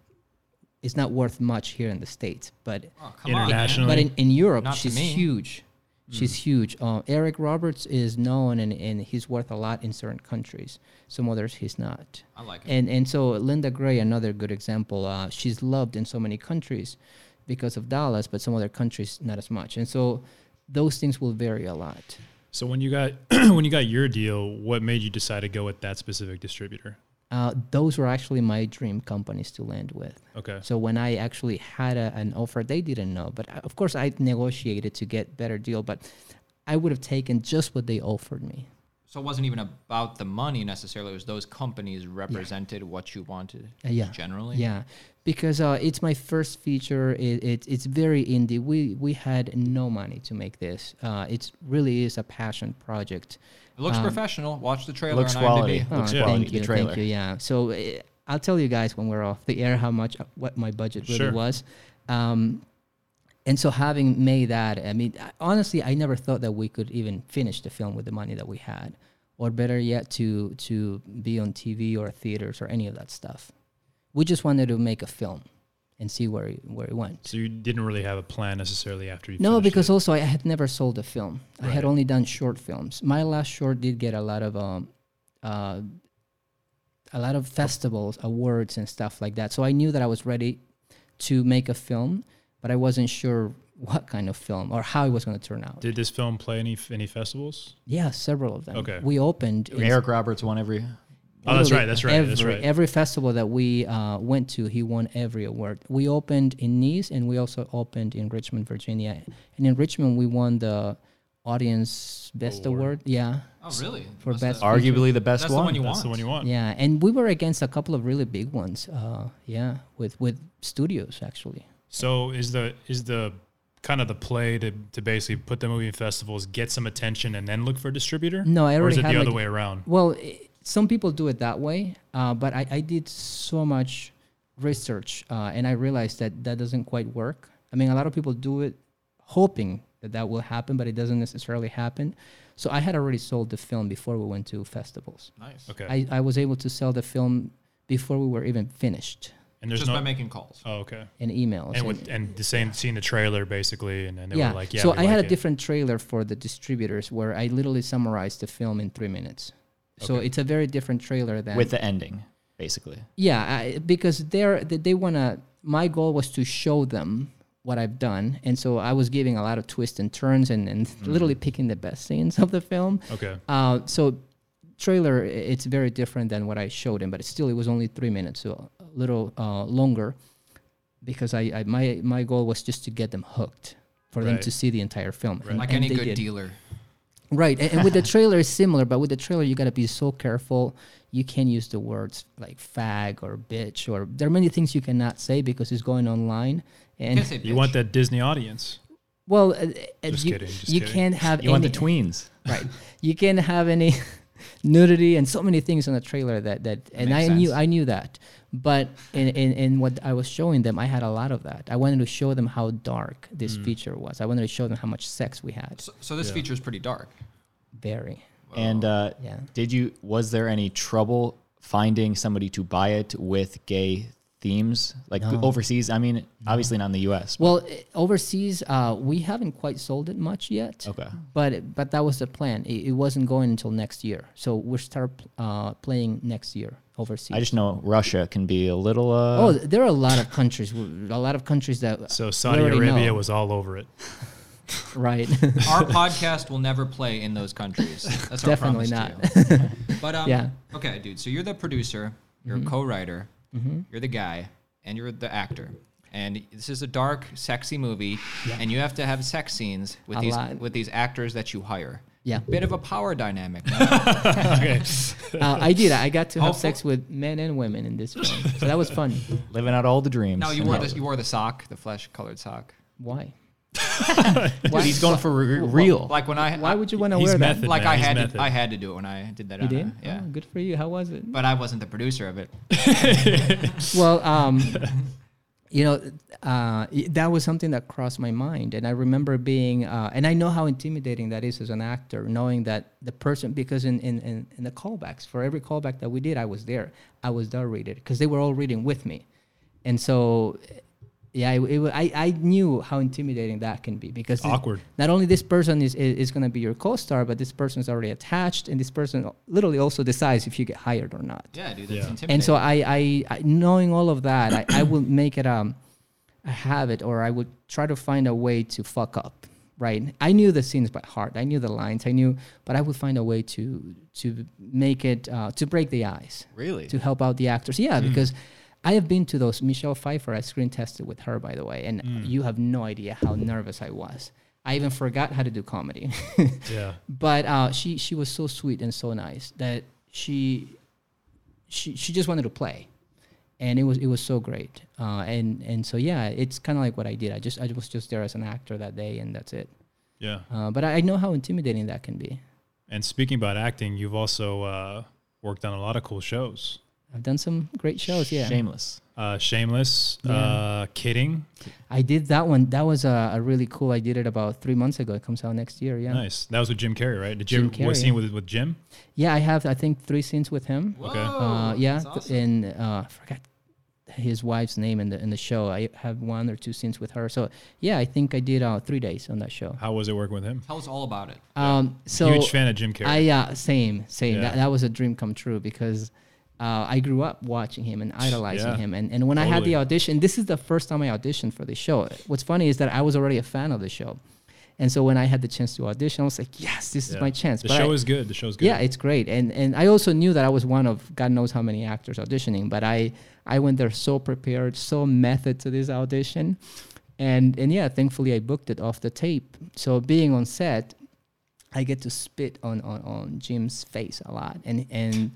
it's not worth much here in the states but Oh, come on, man. Internationally, but in, in europe Not to she's me. Hmm. huge she's huge uh, eric roberts is known and, and he's worth a lot in certain countries some others he's not I like it. and and so linda gray another good example uh, she's loved in so many countries because of dallas but some other countries not as much and so those things will vary a lot So when you got when you got your deal, what made you decide to go with that specific distributor? uh, those were actually my dream companies to land with Okay. So when I actually had a, an offer, they didn't know. But I- of course, I negotiated to get better deal. But I would have taken just what they offered me. So it wasn't even about the money necessarily. It was those companies represented what you wanted. Uh, yeah. Generally. Yeah, because uh, it's my first feature. It, it, it's very indie. We we had no money to make this. Uh, it really is a passion project. It looks professional. Watch the trailer looks on quality. IMDb. Oh, Looks Oh, quality, thank the you, trailer. thank you. Yeah. So uh, I'll tell you guys when we're off the air how much uh, what my budget really Sure. was. Um, and so having made that, I mean, I- honestly, I never thought that we could even finish the film with the money that we had, or better yet, to to be on TV or theaters or any of that stuff. We just wanted to make a film and see where it, where it went. So you didn't really have a plan necessarily after you. No, finished because it. also I had never sold a film. I Right. had only done short films. My last short did get a lot of um, uh, a lot of festivals, awards, and stuff like that. So I knew that I was ready to make a film, but I wasn't sure what kind of film or how it was going to turn out. did this film play any any festivals? yeah, several of them. Okay. We opened. in- Eric Roberts won every. Oh, that's Literally right. That's right. Every, that's right. Every festival that we uh, went to, he won every award. We opened in Nice, and we also opened in Richmond, Virginia. And in Richmond, we won the audience best award. Yeah, Oh, really? for Must best. have- Arguably the best That's the one. one you that's want. the one you want. Yeah, and we were against a couple of really big ones. Uh, yeah, with with studios actually. So is the is the kind of the play to, to basically put the movie in festivals, get some attention, and then look for a distributor? No, I or is already it had, the other like- way around? Well, i some people do it that way, uh, but I, I did so much research uh, and I realized that that doesn't quite work. I mean, a lot of people do it hoping that that will happen, but it doesn't necessarily happen. So I had already sold the film before we went to festivals. Nice. Okay, I, I was able to sell the film before we were even finished and there's Just no. by making calls. oh, okay. in emails. And with, and the same seeing the trailer basically, and then they were like, yeah. so we I had like it. a different trailer for the distributors where I literally summarized the film in three minutes. So it's a very different trailer than with the ending, basically. Yeah, I, because they're they, they want to. My goal was to show them what I've done, and so I was giving a lot of twists and turns, and and literally picking the best scenes of the film. Okay. Uh, so trailer, i- it's very different than what I showed him, but it's still it was only three minutes, so a little uh, longer, because I, I my my goal was just to get them hooked, for them Right. to see the entire film. and- Like and any they good did. dealer. Right, and, and with the trailer it's similar, but with the trailer you gotta be so careful. You can't use the words like fag or bitch or there are many things you cannot say because it's going online. And Can't say You bitch. want that Disney audience? well, uh, uh, Just you, kidding, just you kidding. can't have You want the any, tweens. right. You can't have any. nudity and so many things in the trailer that that, and I makes knew sense. I knew that. But in, in, in what I was showing them, I had a lot of that. I wanted to show them how dark this feature was. I wanted to show them how much sex we had. So, so this feature is pretty dark. Very. And uh, Oh, Yeah. did you? Was there any trouble finding somebody to buy it with gay themes, like overseas? I mean, obviously not in the U.S. but- Well, i- overseas, uh, we haven't quite sold it much yet. Okay. But but that was the plan. It, it wasn't going until next year, so we'll start uh, playing next year overseas. I just know Russia can be a little. Uh, oh, there are a lot of countries. w- A lot of countries that. So we Saudi already Arabia know. was all over it. right. Our podcast will never play in those countries. That's our Definitely promise not. to you. But um, Yeah. Mm-hmm. okay, dude. So you're the producer, you're a co-writer, you're the guy, and you're the actor. And this is a dark, sexy movie, and you have to have sex scenes with A these lot. with these actors that you hire. Yeah. bit of a power dynamic. uh, I did. I got to have Hopeful- sex with men and women in this film, so that was fun. living out all the dreams. no, you in wore Hollywood. the, you wore the sock, the flesh-colored sock. Why? Dude, he's going for re- real. Like when I Why would you want to He's wear that? method. like man, I he's had method. to, I had to do it when I did that. You on a- did? yeah. Oh, good for you. How was it? But I wasn't the producer of it. well, um, you know, uh, y- that was something that crossed my mind, and I remember being, uh, and I know how intimidating that is as an actor, knowing that the person, because in in, in, in the callbacks, for every callback that we did, I was there, I was there reading, because they were all reading with me, and so. eh, Yeah, it, it, wa- I, I knew how intimidating that can be because it- Awkward. not only this person is, is, is going to be your co-star, but this person is already attached, and this person literally also decides if you get hired or not Yeah, dude, that's Yeah. intimidating. and so I, I, I knowing all of that, I, I will make it um, a habit, or I would try to find a way to fuck up. Right? I knew the scenes by heart. I knew the lines. I knew, but I would find a way to to make it uh, to break the ice. Really? To help out the actors, yeah, because. I have been to those. Michelle Pfeiffer, I screen tested with her, by the way, and you have no idea how nervous I was. I even forgot how to do comedy. Yeah. but uh, she she was so sweet and so nice that she she she just wanted to play, and it was it was so great. Uh, and and so yeah, it's kind of like what I did. I just I was just there as an actor that day, and that's it. Yeah. Uh, but I, I know how intimidating that can be. And speaking about acting, you've also uh, worked on a lot of cool shows. I've done some great shows. Yeah, Shameless. Uh, Shameless, uh, Kidding. I did that one. That was a, a really cool. I did it about three months ago. It comes out next year. Yeah, Nice. That was with Jim Carrey, right? Did Jim you Carrey. was seen with with Jim? yeah. I have I think three scenes with him. Whoa, Okay. Oh, uh, yeah, that's th- awesome. and uh, I forgot his wife's name in the in the show. I have one or two scenes with her. So yeah, I think I did uh, three days on that show. How was it working with him? Tell us all about it. Um, so Huge fan of Jim Carrey. I uh, same same. Yeah. That, that was a dream come true because uh, I grew up watching him and idolizing Yeah, him. And and when I had the totally. audition, this is the first time I auditioned for the show. What's funny is that I was already a fan of the show, and so when I had the chance to audition, I was like, yes, this Yeah. is my chance. The But show I- is good. The show's good. yeah, it's great. And and I also knew that I was one of God knows how many actors auditioning, but I I went there so prepared, so method to this audition. And and yeah, thankfully I booked it off the tape. So being on set, I get to spit on on, on Jim's face a lot. And and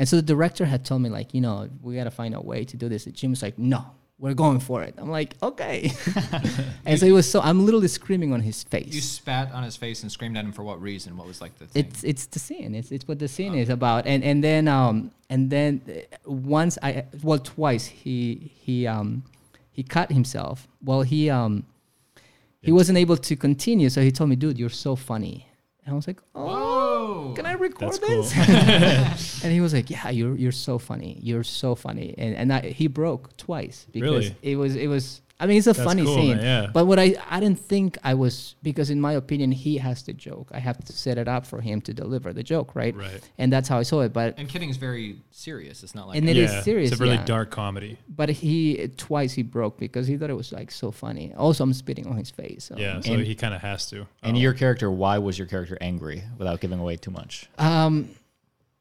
and so the director had told me like, you know, we got to find a way to do this. And Jim was like, no. We're going for it. I'm like, okay. and so it was so I'm literally screaming on his face. You spat on his face and screamed at him for what reason? What was like the thing? it's it's the scene. It's it's what the scene is about. And and then um and then uh, once I well twice he he um he cut himself. Well he um he wasn't able to continue, so he told me, "Dude, you're so funny." And I was like, "Oh, Whoa. can I record That's cool. this?" and he was like, "Yeah, you're you're so funny. You're so funny." And and I, he broke twice because Really? it was it was. I mean, it's a That's funny cool, scene, man, yeah. but what I I didn't think I was because in my opinion he has the joke. I have to set it up for him to deliver the joke, right? Right. And that's how I saw it. But and kidding is very serious. It's not like And a- it is Yeah, serious, It's a really yeah. dark comedy. but he twice he broke because he thought it was like so funny. Also, I'm spitting on his face. So. Yeah. So And- he kind of has to. And Oh. your character, why was your character angry without giving away too much? Um,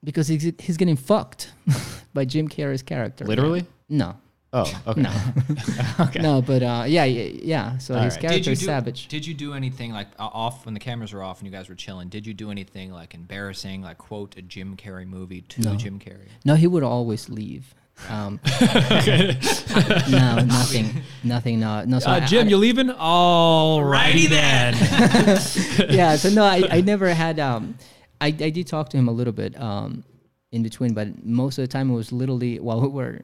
because he's he's getting fucked by Jim Carrey's character. Literally? No. Oh, okay. No. okay. No, but uh, yeah, yeah, yeah. So All his right. character did you is do, savage. Did you do anything like uh, off when the cameras were off and you guys were chilling? Did you do anything like embarrassing, like quote a Jim Carrey movie to Jim Carrey? No, he would always leave. Um, no, nothing, nothing. No, no. So I- Uh, Jim, I- you leaving? All righty then. yeah. So no, I, I never had. Um, I, I did talk to him a little bit um, in between, but most of the time it was literally while we were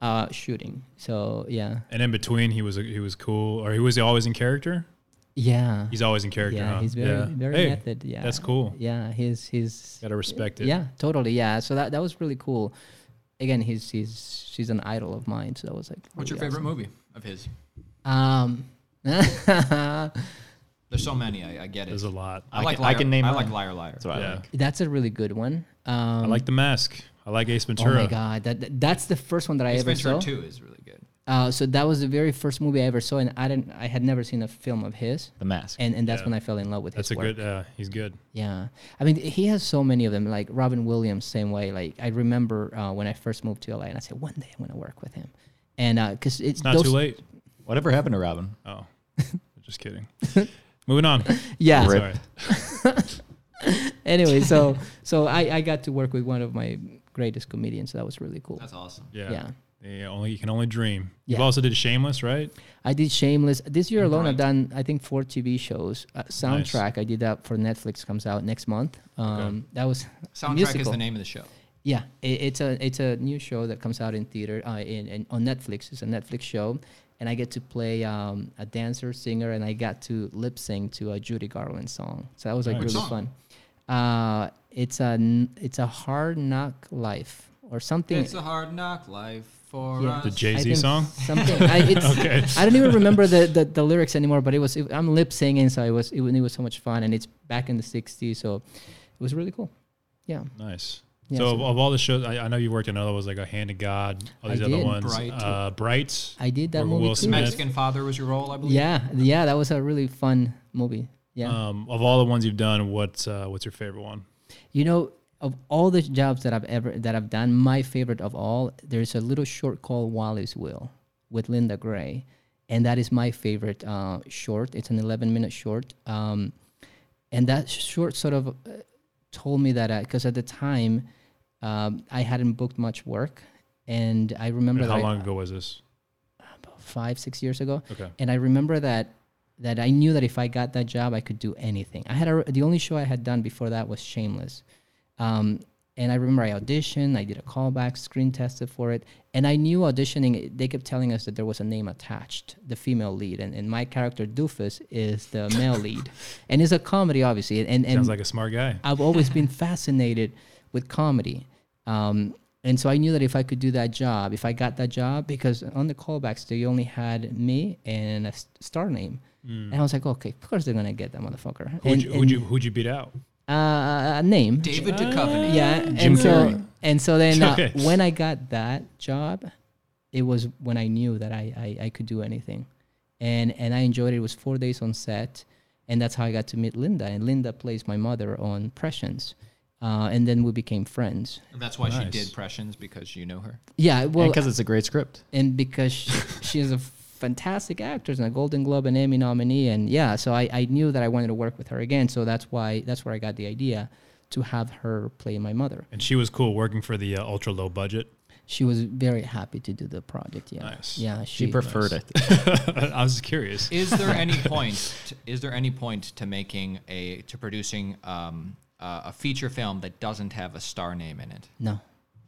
uh, shooting. So yeah, And in between, he was he was cool, or he was always in character. yeah, He's always in character. yeah. huh? He's very Yeah. very Hey, method. Yeah, that's cool. Yeah, he's he's Gotta respect it. yeah, totally. Yeah, so that that was really cool. Again, he's he's she's an idol of mine, so that was like. What's your really favorite movie of his? awesome. Um, There's so many. I, I get it. there's a lot. I I like. can- liar, I can name I mine. like liar liar. That's what I Yeah. like. that's a really good one. Um, I like the mask. I like Ace Oh Ventura. my god, that, that- that's the first one that I Ace ever Ventura saw. Two is really good. Uh, so that was the very first movie I ever saw, and I didn't, I had never seen a film of his, The Mask. and and that's Yeah. when I fell in love with That's a his work. good. Uh, he's good. Yeah, I mean, he has so many of them. Like Robin Williams, same way. Like I remember uh, when I first moved to LA, and I said, one day I'm gonna work with him, and because it's, It's not those, too late. Whatever happened to Robin? Oh, just kidding. Moving on. Yeah. Rip. Sorry. Anyway, so so I I got to work with one of my greatest comedians. So that was really cool. That's awesome. Yeah. Yeah. Yeah, only you can only dream. You've Yeah. also did Shameless, right? I did Shameless this year alone. I've Right. done I think four TV shows. Uh, soundtrack I did that for Netflix comes out next month. Um, That was a Soundtrack is musical. the name of the show. Yeah, it, it's a it's a new show that comes out in theater uh, in, in on Netflix. It's a Netflix show, and I get to play um, a dancer singer, and I got to lip sync to a Judy Garland song. So that was like Nice. really Song? fun. Uh, it's a n- it's a hard knock life or something. It's a hard knock life for Yeah. us. The Jay I Z think song. Something. I, it's, Okay. I don't even remember the, the, the lyrics anymore, but it was it, I'm lip singing, so it was it, was- it was so much fun, and it's back in the '60s, so it was really cool. Yeah, Nice. Yeah, so, uh, so- of, of all the shows, I, I know you worked in other ones like A Hand of God, all I these other did. ones. Bright. Uh, Bright. I did that Morgan movie Will too. The Smith. Mexican Father was your role, I believe. Yeah, yeah, that was a really fun movie. Yeah, Um, of all the ones you've done, what's uh, what's your favorite one? you know, of all the jobs that I've ever that I've done, my favorite of all there's a little short called Wally's Will with Linda Gray, and that is my favorite uh, short. It's an 11 minute short, um, and that short sort of uh, told me that because at the time um, I hadn't booked much work, and I remember And how that I- long ago was this? about five six years ago. Okay. and I remember that that I knew that if I got that job, I could do anything. I had a, the only show I had done before that was Shameless, um, and I remember I auditioned. I did a callback, screen tested for it, and I knew auditioning. They kept telling us that there was a name attached, the female lead, and, and my character Doofus is the male lead, and it's a comedy, obviously. And and Sounds like a smart guy. I've always been fascinated with comedy. Um, and so I knew that if I could do that job, if I got that job, because on the callbacks, they only had me and a s- star name. And I was like, okay, of course they're going to get that motherfucker. Mm. Who'd, And- you, and, who'd you who'd you beat out? Uh, a name. David Duchovny. Yeah. Jim and so, Carrey. and so then uh, Okay. when I got that job, it was when I knew that I, I, I could do anything. And, and I enjoyed it. It was four days on set. And that's how I got to meet Linda. And Linda plays my mother on Prescience. Uh, and then we became friends. And That's why she Nice. did Prescience because you know her. Yeah, well, because it's a great script. and because she, she is a fantastic actress and a Golden Globe and Emmy nominee, and yeah, so I, I knew that I wanted to work with her again. So that's why that's where I got the idea to have her play my mother. And she was cool working for the uh, ultra low budget. She was very happy to do the project. Yeah, Nice. yeah, She she, preferred it. I was curious. Is there any point? t- is there any point to making a to producing um, uh, a feature film that doesn't have a star name in it? no,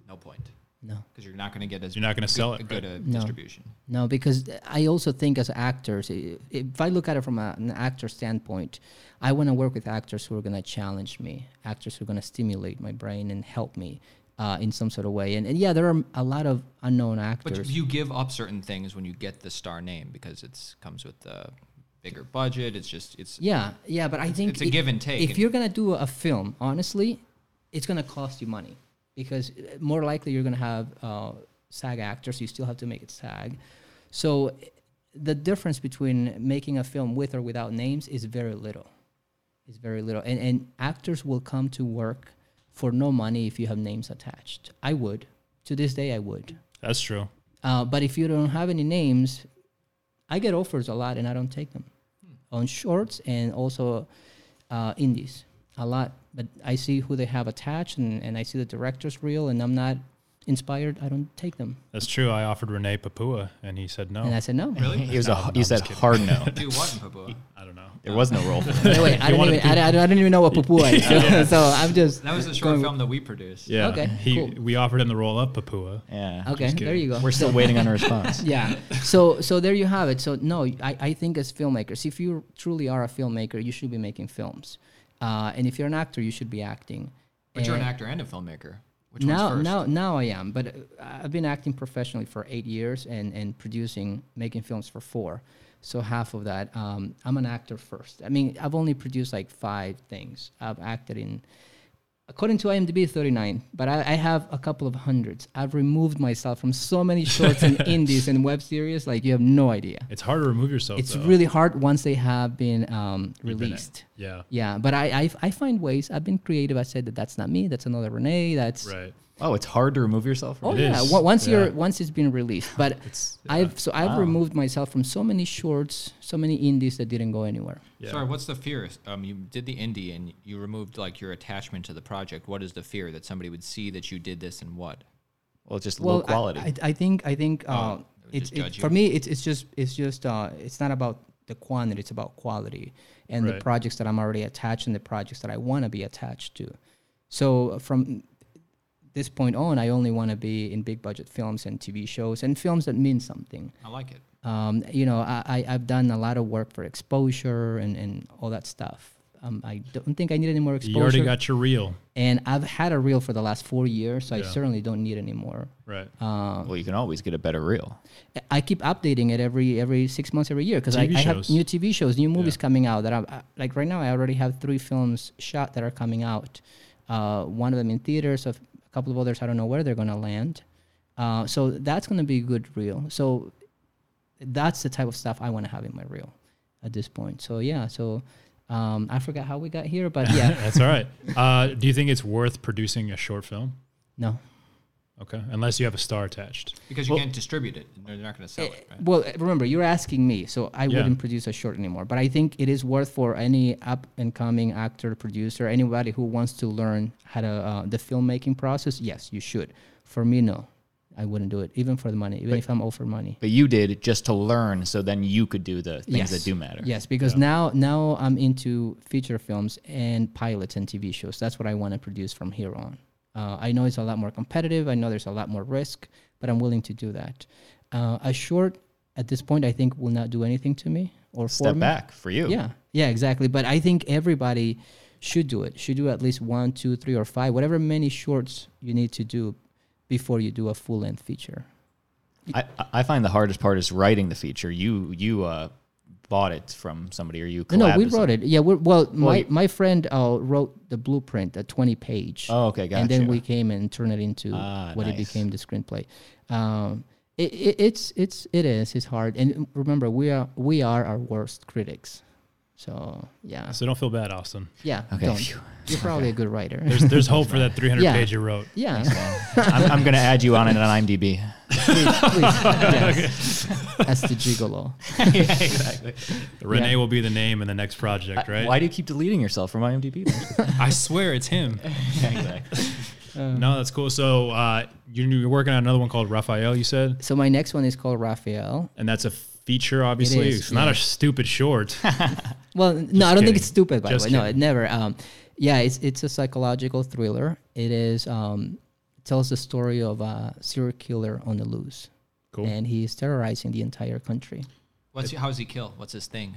No point, no. because you're not going to get as You're not gonna good- sell it, good right? a No. distribution. No, because I also think as actors, i- if I look at it from a- an actor standpoint, I want to work with actors who are going to challenge me, actors who are going to stimulate my brain and help me uh, in some sort of way. And, and yeah, there are a lot of unknown But actors. you give up certain things when you get the star name because it's comes with the bigger budget. It's just it's yeah, yeah, but I think it's a give and take. If you're going to do a film, honestly, it's going to cost you money because uh, more likely you're going to have uh, SAG actors. You still have to make it SAG. So uh, the difference between making a film with or without names is very little. It's very little. And, and actors will come to work for no money if you have names attached. I would. To this day, I would. That's true. Uh, but if you don't have any names, I get offers a lot and I don't take them on shorts and also uh, indies a lot. But I see who they have attached and, and I see the director's reel and I'm not inspired, I don't take them. That's true. I offered Renee Papua, and he said no. And I said no. Really? He was a, I'm he said just kidding. hard no. Do what in Papua? I don't know. There was no role. For him. By the way, I, don't wanted even, I, don't- I don't even know what Papua is. So, so I'm just. That was the short going- film that we produced. Yeah. Okay, He cool. we offered him the roll up Papua. Yeah. Okay, Just there kidding. you go. We're still waiting on a response. yeah. So so there you have it. So no, I, I think as filmmakers, if you truly are a filmmaker, you should be making films, uh, and if you're an actor, you should be acting. But you're an And- actor and a filmmaker. Which now, one's first? now, now I am. But uh, I've been acting professionally for eight years and, and producing, making films for four. So half of that, um, I'm an actor first. I mean, I've only produced like five things. I've acted in, according to IMDb, 39, but I, I have a couple of hundreds. I've removed myself from so many shorts and indies and web series, like you have no idea. It's hard to remove yourself. It's though. really hard once they have been um, You've been in- released. Yeah. Yeah, but I, I I find ways. I've been creative. I said that that's not me. That's another Renee. That's Right. Oh, it's hard to remove yourself. From Oh It yeah, is, Wa- once yeah. you're once it's been released, but It's- I've so I've Wow. removed myself from so many shorts, so many indies that didn't go anywhere. Yeah. Sorry, what's the fear? Um, you did the indie and you removed like your attachment to the project. What is the fear that somebody would see that you did this and what? Well, it's just well, low I- quality. I, I think I think they uh, would it's just judge it, you. for me. It's it's just it's just uh, it's not about the quantity. It's about quality and the Right. projects that I'm already attached and the projects that I want to be attached to. So uh, from this point on, I only want to be in big budget films and TV shows and films that mean something. I like it. um, you know, I, I, I've done a lot of work for exposure and, and all that stuff. Um, I don't think I need any more exposure. You already got your reel. and I've had a reel for the last four years, so I Yeah. certainly don't need any more. Right. Uh. well, you can always get a better reel. I keep updating it every every six months, every year, because I, TV I have shows. new TV shows, new movies coming out. That I'm I, like right now, I already have three films shot that are coming out. Uh, one of them in theaters, of a couple of others I don't know where they're gonna land. Uh, so that's gonna be a good reel. So that's the type of stuff I want to have in my reel at this point. So yeah, so um, I forgot how we got here, but yeah, That's all right. Uh, do you think it's worth producing a short film? no. Okay. Unless you have a star attached. Because you can't distribute it. They're not going to sell it, right? Well, uh, remember, you're asking me, so I Yeah. wouldn't produce a short anymore. But I think it is worth for any up and coming actor, producer, anybody who wants to learn how to uh, the filmmaking process. Yes, you should. For me, no, I wouldn't do it, even for the money, even if I'm offered money. But you did just to learn, so then you could do the things that do matter. Yes, because now now I'm into feature films and pilots and TV shows. That's what I want to produce from here on. Uh, I know it's a lot more competitive. I know there's a lot more risk, but I'm willing to do that. Uh, a short at this point, I think, will not do anything to me or for Step me. back for you. Yeah, yeah, exactly. But I think everybody should do it. Should do at least one, two, three, or five, whatever many shorts you need to do before you do a full length feature. I, I find the hardest part is writing the feature. You you uh, bought it from somebody or you. No, we collabed with wrote it. Yeah, we're, well, my, Oh, you- my friend uh, wrote the blueprint, the 20 page. Oh, okay, And then gotcha. we came and turned it into Ah, what it nice. became the screenplay. Um, it, it, it's it's it is it's hard. And remember, we are we are our worst critics. So yeah, So don't feel bad, Austin. yeah. Okay, don't. phew. You're probably a good writer. There's there's hope for that 300 Yeah. page you wrote. yeah, some- I'm, I'm going to add you on it on IMDb. please, please. Yes. That's the gigolo. exactly. Renee will be the name in the next project, right? Why do you keep deleting yourself from IMDb? I swear it's him. exactly. no, that's cool. So uh, you're, you're working on another one called Raphael, you said, So my next one is called Raphael. and that's a feature. Obviously, is, it's not a stupid short. Well, no, I don't kidding. think it's stupid. By Just the way, no, kidding. it never. Um, yeah, it's it's a psychological thriller. It is um, tells the story of a serial killer on the loose, Cool. and he is terrorizing the entire country. What's how's he kill? What's his thing?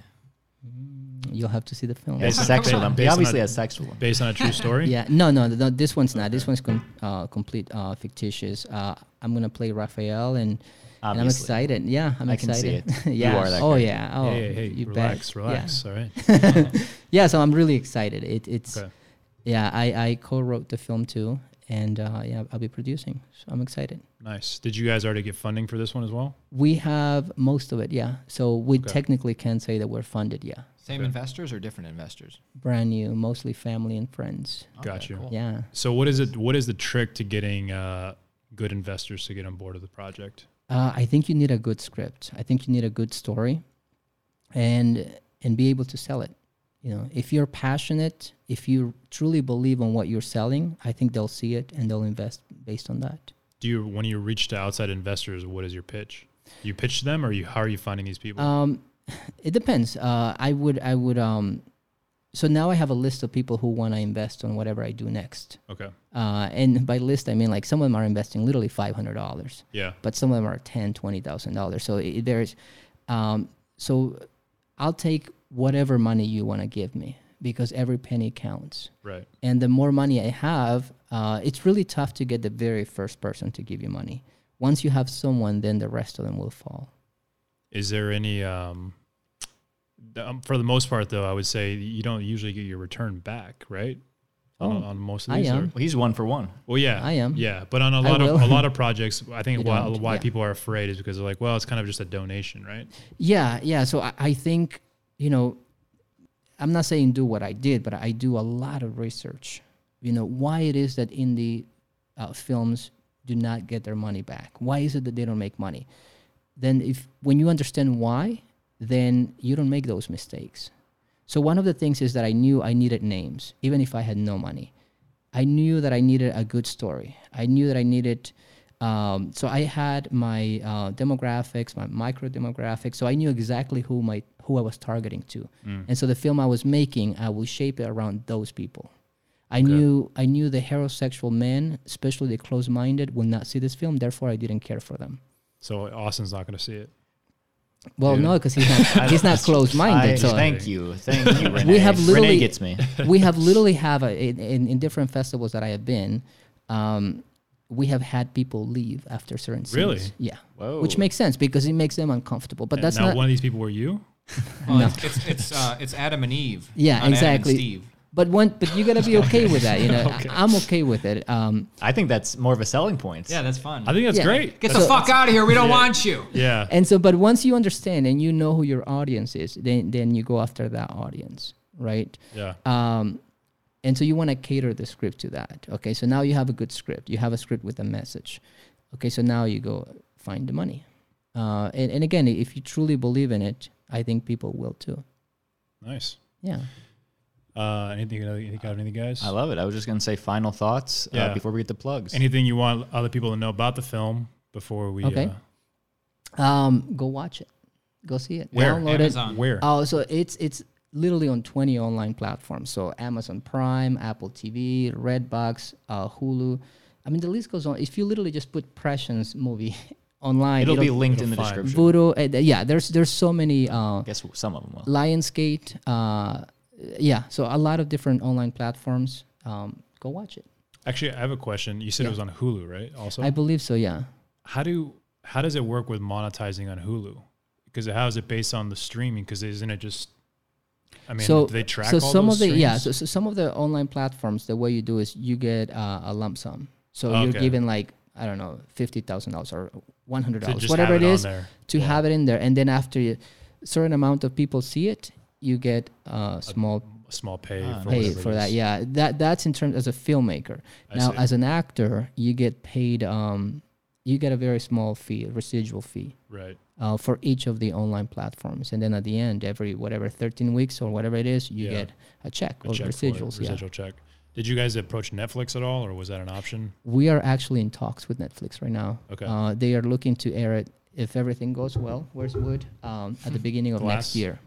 You'll have to see the film. Has sex with them. He Based on obviously a- has sex with them. Based on a true story. Yeah, no, no, no. This one's not. This one's com- uh, complete uh, fictitious. Uh, I'm gonna play Raphael, and, and I'm Obviously. excited. Yeah, I'm I can see excited. it. You yeah. are that oh guy. yeah. Oh, Hey, hey, hey, you relax, bet. Yeah. relax. All right. yeah so i'm really excited it, it's Okay. yeah i i co-wrote the film too and uh, yeah i'll be producing so i'm excited Nice. Did you guys already get funding for this one as well? we have most of it yeah so we technically can say that we're funded yeah Same investors or different investors? brand new mostly family and friends Got you. yeah So what is it? What is the trick to getting uh, good investors to get on board with the project? uh, i think you need a good script i think you need a good story and and be able to sell it you know if you're passionate if you truly believe in what you're selling i think they'll see it and they'll invest based on that do you when you reach to outside investors? What is your pitch? You pitch to them, or you how are you finding these people? Um, it depends. Uh, I would, I would. Um, so now I have a list of people who want to invest on whatever I do next. okay, Uh, and by list, I mean like some of them are investing literally five hundred dollars. yeah, but some of them are ten, twenty thousand dollars. So it, there's, um, so I'll take whatever money you want to give me because every penny counts. right, And the more money I have, uh, it's really tough to get the very first person to give you money. Once you have someone, then the rest of them will fall. Is there any um, th- um, for the most part though? I would say you don't usually get your return back, right? on, on most of Oh, I these, am. or- Well, he's one for one. Well, yeah, I am. Yeah, but on a I lot of will. a lot of projects, I You think why, don't, why yeah. people are afraid is because they're like, well, it's kind of just a donation, right? Yeah, yeah. So I, I think, you know, I'm not saying do what I did, but I do a lot of research. You know, why it is that indie uh, films do not get their money back? Why is it that they don't make money? Then, if when you understand why, then you don't make those mistakes. So one of the things is that I knew I needed names, even if I had no money. I knew that I needed a good story. I knew that I needed. Um, so I had my uh, demographics, my micro demographics. So I knew exactly who my who I was targeting to, Mm. and so the film I was making, I will shape it around those people. I knew I knew the heterosexual men, especially the close-minded, will not see this film. Therefore, I didn't care for them. So Austin's not going to see it. Well, no, because he's not he's not closed-minded. I- so thank you, thank you. Renee. We have Renee literally- gets me. we have literally have a, in, in, in different festivals that I have been, um, we have had people leave after certain scenes. Really? Yeah. Whoa. Which makes sense because it makes them uncomfortable. But And that's now not. one of these people were you. Well, it's it's it's, uh, it's Adam and Eve. yeah, not exactly. Adam and Steve. But one, but you gotta be okay with that. You know, Okay. I, am okay with it. Um, I think that's more of a selling point. Yeah, that's fun. I think that's Yeah. great. Get That's- the fuck out of here. We don't want you. yeah, and so, but once you understand and you know who your audience is, then then you go after that audience, right? yeah. Um, and so you want to cater the script to that. Okay, so now you have a good script. You have a script with a message. Okay, so now you go find the money. Uh, and, and again, if you truly believe in it, I think people will too. nice. Yeah. Uh, anything? You think of anything, guys? I love it. I was just gonna say final thoughts Yeah. uh, before we get the plugs. anything you want other people to know about the film before we? Okay. Uh, Um, go watch it. Go see it. Where? Download it. Amazon. where? Oh, so it's it's literally on 20 online platforms. So Amazon Prime, Apple TV, Redbox, uh, Hulu. I mean, the list goes on. If you literally just put Prescience movie online, it'll, be it'll linked in the find. description. Voodoo. Uh, th- yeah, there's there's so many. Uh, I guess some of them will. Lionsgate. Uh, yeah, so a lot of different online platforms. Um, go watch it. Actually, I have a question. You said it Yeah. was on Hulu, right? Also, I believe so. Yeah. how do how does it work with monetizing on Hulu? Because how is it based on the streaming? Because isn't it just? I mean, so do they track. so all some those of the yeah streams? so, so some of the online platforms the way you do is you get uh, a lump sum. So you're Okay. given like I don't know fifty thousand dollars or one hundred To dollars just whatever have it it on is there. to have it in there, and then after a certain amount of people see it, you get a small a small pay Ah, for, nice. paid whatever it Uh, for that. is. Yeah, that that's in terms as a filmmaker. I now, see. as an actor, you get paid. Um, you get a very small fee, a residual fee, Right. uh, for each of the online platforms, and then at the end, every whatever thirteen weeks or whatever it is, you Yeah. get a check A or check for it, residuals. Yeah, Residual check. Did you guys approach Netflix at all, or was that an option? we are actually in talks with Netflix right now. Okay. uh, they are looking to air it if everything goes well. Where's Wood? Um, at the beginning of Glass. next year.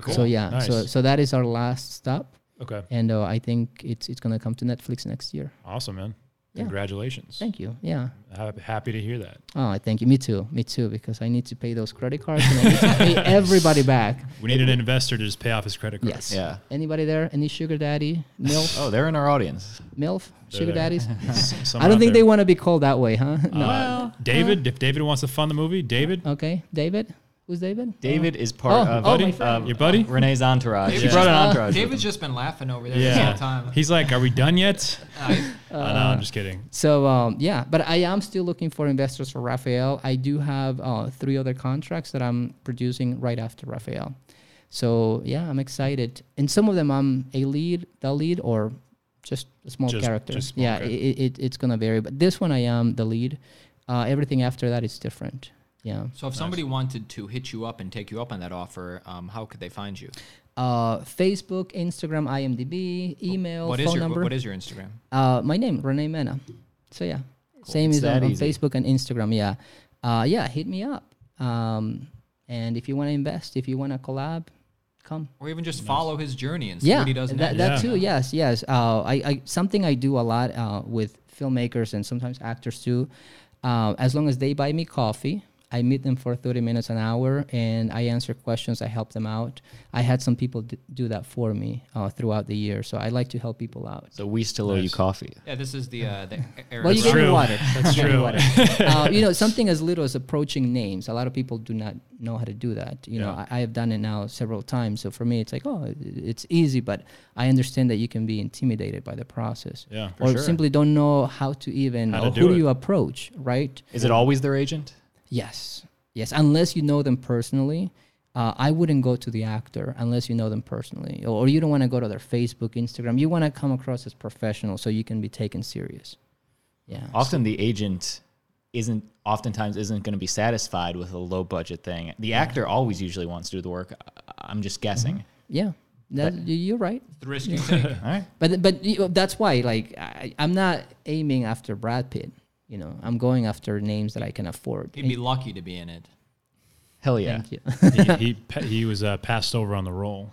Okay. So yeah, Nice. so so that is our last stop, okay. and uh, I think it's it's gonna come to Netflix next year. Awesome, man. Yeah. Congratulations. Thank you. Yeah. Ha- Happy to hear that. Oh, thank you. Me too. Me too. Because I need to pay those credit cards and I need to pay everybody back. We need an investor to just pay off his credit card. Yes. Yeah. Anybody there? Any sugar daddy? MILF? Oh, they're in our audience. MILF? They're Sugar there. daddies? S- I someone don't out think they there. want to be called that way, huh? Uh, David, if David wants to fund the movie, David, Okay. David? Who's David? David is part Oh, of oh, my uh, your buddy. Renee's entourage. David She brought an just- entourage. with David's him. just been laughing over there this Yeah. whole time. He's like, "Are we done yet?" I- Oh, no, I'm just kidding. So, um, yeah, but I am still looking for investors for Raphael. I do have uh, three other contracts that I'm producing right after Raphael. So, yeah, I'm excited. And some of them I'm a lead, the lead, or just a small Just- character. just small yeah, character. It, it, it's going to vary. But this one, I am the lead. Uh, everything after that is different. Yeah. so if somebody wanted to hit you up and take you up on that offer, um, how could they find you? Uh, Facebook, Instagram, IMDb, email, What phone is your number. What is your Instagram? uh, my name, Renee Mena. So, yeah. cool. Same It's is on, that on easy. Facebook and Instagram. Yeah, uh, yeah. Hit me up. Um, and if you want to invest, if you want to collab, come. or even just follow his journey and see yeah, what he does that, next. that Yeah. too. Yes, yes. Uh, I, I something I do a lot uh, with filmmakers and sometimes actors too. Uh, as long as they buy me coffee, I meet them for thirty minutes an hour, and I answer questions. I help them out. I had some people d- do that for me uh, throughout the year, so I like to help people out. So we still owe you coffee. Yeah, this is the uh, the Eric. Well, you That's get me true. water. That's You get me true. water. uh, you know, something as little as approaching names. A lot of people do not know how to do that. You know, Yeah. I, I have done it now several times. So for me, it's like, oh, it- it's easy, but I understand that you can be intimidated by the process. Yeah, for Or sure. simply don't know how to even, How to or do who do it. you approach, right? Is it always their agent? Yes. Yes. Unless you know them personally. Uh, I wouldn't go to the actor unless you know them personally, or, or you don't want to go to their Facebook, Instagram. You want to come across as professional so you can be taken serious. Yeah. Often the agent isn't oftentimes isn't going to be satisfied with a low budget thing. The actor always usually wants to do the work. I- I'm just guessing. Yeah, that, you- you're right. the risk you take. All right. But but you know, that's why like I, I'm not aiming after Brad Pitt. You know, I'm going after names that I can afford. He'd be lucky to be in it. Hell yeah. Thank you. he, he pa- he was uh, passed over on the role.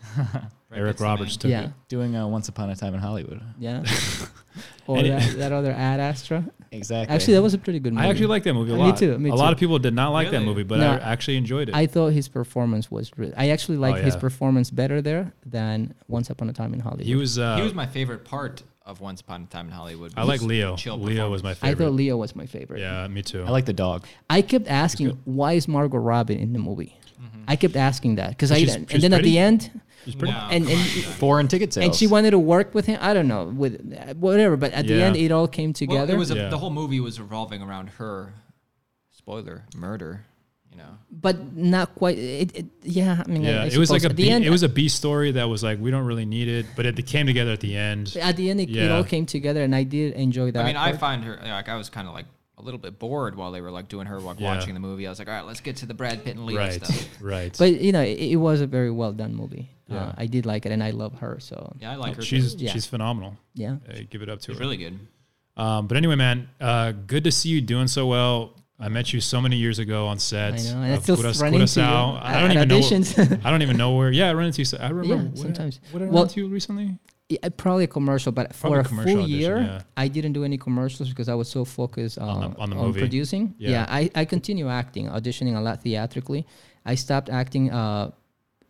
Eric that's the Roberts man. took yeah, it. Doing uh, Once Upon a Time in Hollywood. yeah. Or And it- that, that other Ad Astra. Exactly. Actually, that was a pretty good movie. I actually like that movie a Me lot. too, me a lot too. of people did not like that Really? movie, but No. I actually enjoyed it. Oh, I thought his performance was. Re- I actually like his yeah. performance better there than Once Upon a Time in Hollywood. he was. Uh, he was my favorite part of Once Upon a Time in Hollywood. I like was Leo. chill Leo was my I favorite. thought Leo was my favorite. yeah, me too. I like the dog. I kept asking, why is Margot Robbie in the movie? I kept asking that because I Mm-hmm. She's- and she's then at pretty. Oh, the end, performance. No, and, come and on, Jack. Foreign ticket sales. and she wanted to work with him. I don't know, with whatever. But at the Yeah. end, it all came Well, together. it was a, Yeah. the whole movie was revolving around her. Spoiler: murder. You know. but not quite. It, it, yeah, I mean, I- yeah, I it was like suppose a at B- the end. it was a B story that was like we don't really need it, but it came together at the end. at the end, it, it Yeah. all came together, and I did enjoy that. I mean, I part. find her like I was kind of like a little bit bored while they were like doing her work, Yeah. watching the movie. I was like, all right, let's get to the Brad Pitt and Leo Right, stuff. right. but you know, it, it was a very well done movie. Uh, I did like it, and I love her. So yeah, Yeah, I like her. Oh, she's Yeah. she's phenomenal. yeah. Uh, give it up to too. she's her. really good. Um, but anyway, man, uh, good to see you doing so well. I met you so many years ago on Uh, set. I know, and I of still Curas- run into you Curacao. I don't at even know. auditions. I don't even know where. Yeah, I run into you. so- I remember. Yeah, what- sometimes. What did I Well- run into you recently? Yeah, uh, probably a commercial, but Probably for a commercial full audition, year, yeah. I didn't do any commercials because I was so focused uh, On on, the- on the movie. producing. Yeah. Yeah, I, I continue acting, auditioning a lot theatrically. I stopped acting uh,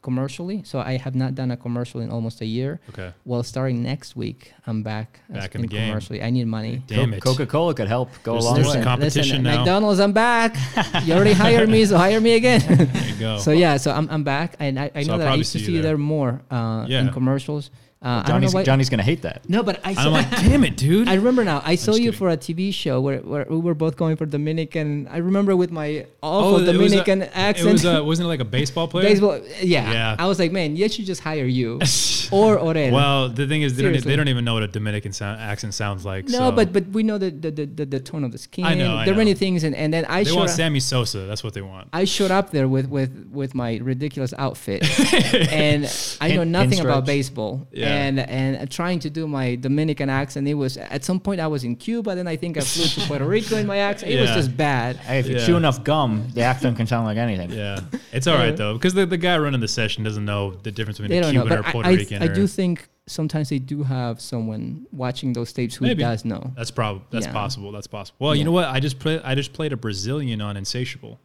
commercially, so I have not done a commercial in almost a year. Okay. Well, starting next week, I'm back, as- Back in the game. commercially. I need money. Damn it. Coca Cola could help go There's- a long there's way. a competition now. McDonald's, I'm back. you already hired me, so hire me again. There you go. so yeah, so I'm, I'm back, and I, I Oh. So know I'll that I probably used to see see you you there. there more uh, Yeah. in commercials. Uh, I don't know Johnny's, why. Johnny's going to hate that. no, but I saw I'm like, damn it, dude. I remember now. I saw just you kidding. for a TV show where, where we were both going for Dominican. I remember with my awful Oh, it was a- Dominican accent. It was a, wasn't it like a baseball player? baseball. Yeah. Yeah. I was like, man, you should just hire you or Orel. Well, the thing is, they don't, they Seriously. don't even know what a Dominican sound, accent sounds like. no, so but but we know the the, the, the, the tone of the skin. I know, I there are many know. things, and, and then I they want showed up, Sammy Sosa. That's what they want. I showed up there with with with my ridiculous outfit, and I know Pin- nothing about pinstripes. baseball, Yeah. and and trying to do my Dominican accent. It was at some point I was in Cuba, then I think I flew to Puerto Rico in my accent. It was Yeah. just bad. Hey, if you Yeah. chew enough gum, the accent can sound like anything. Yeah, it's all right though, because the, the guy running the session doesn't know the difference between they a don't know. Cuban But or I- Puerto I, Rican. I or, do think sometimes they do have someone watching those tapes who Maybe. does know. That's probably that's Yeah. possible. That's possible. Well, you Yeah. know what? I just play, I just played a Brazilian on Insatiable,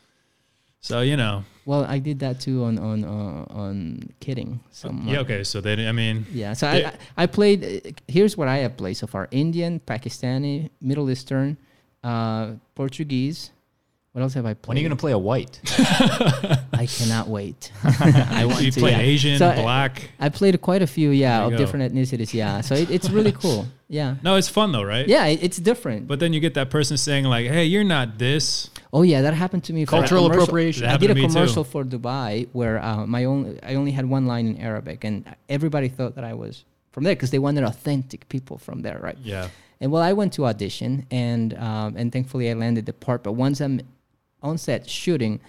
so you know. Well, I did that too on on uh, on kidding. Some, Yeah. Okay. So they. I mean. Yeah, so Yeah. I I I played. uh, Here's what I have played so far: Indian, Pakistani, Middle Eastern, uh, Portuguese. What else have I When played? are you going to play a white? I cannot wait. I want you to. play yeah. Asian, So uh, I- black. I played quite a few, yeah, There you of go. different ethnicities. Yeah, so it, it's really cool. Yeah, No, it's fun though, right? yeah, it, it's different. But then you get that person saying like, "Hey, you're not this." Oh yeah, that happened to me. for a Cultural commercial. appropriation. That I happened did a to me too. commercial for Dubai where uh, my only I only had one line in Arabic, and everybody thought that I was from there because they wanted authentic people from there, right? Yeah. And well, I went to audition, and um, and thankfully I landed the part. But once I'm on set shooting,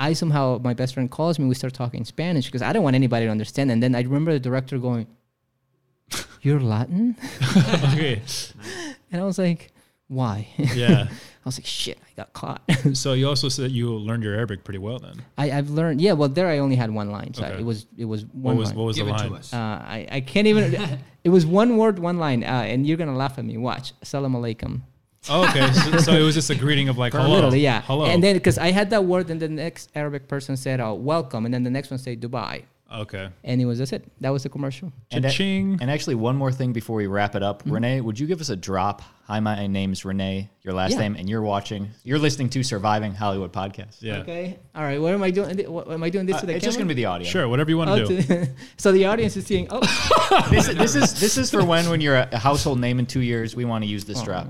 I somehow my best friend calls me. We start talking Spanish because I don't want anybody to understand. And then I remember the director going, "You're Latin," okay. and I was like. why? Yeah. I was like, shit, I got caught. so you also said you learned your Arabic pretty well then. I, I've learned. Yeah, well, there I only had one line, so I- Okay. it was it was one What was line. what was Give the it line? to us. uh, I, I can't even. it was one word, one line, uh, and you're gonna laugh at me. Watch, salam alaikum. Oh, okay, so, so it was just a greeting of like hello, Literally, yeah. Oh, hello, And then because I had that word, and the next Arabic person said, "Oh, welcome," and then the next one said, "Dubai," okay, and it was that's it. That was the commercial. And, a- Cha-ching. and actually, one more thing before we wrap it up, Mm-hmm. Renee, would you give us a drop? Hi, my name's Renee. Your last Yeah. name, and you're watching. You're listening to Surviving Hollywood podcast. yeah, Okay. All right. What am I doing? What, am I doing this Uh, to the Oh, it's just gonna be the audio. sure, whatever you want to do. so the audience is seeing. Oh, This, this is this is for when when you're a household name in two years. We want to use this drop.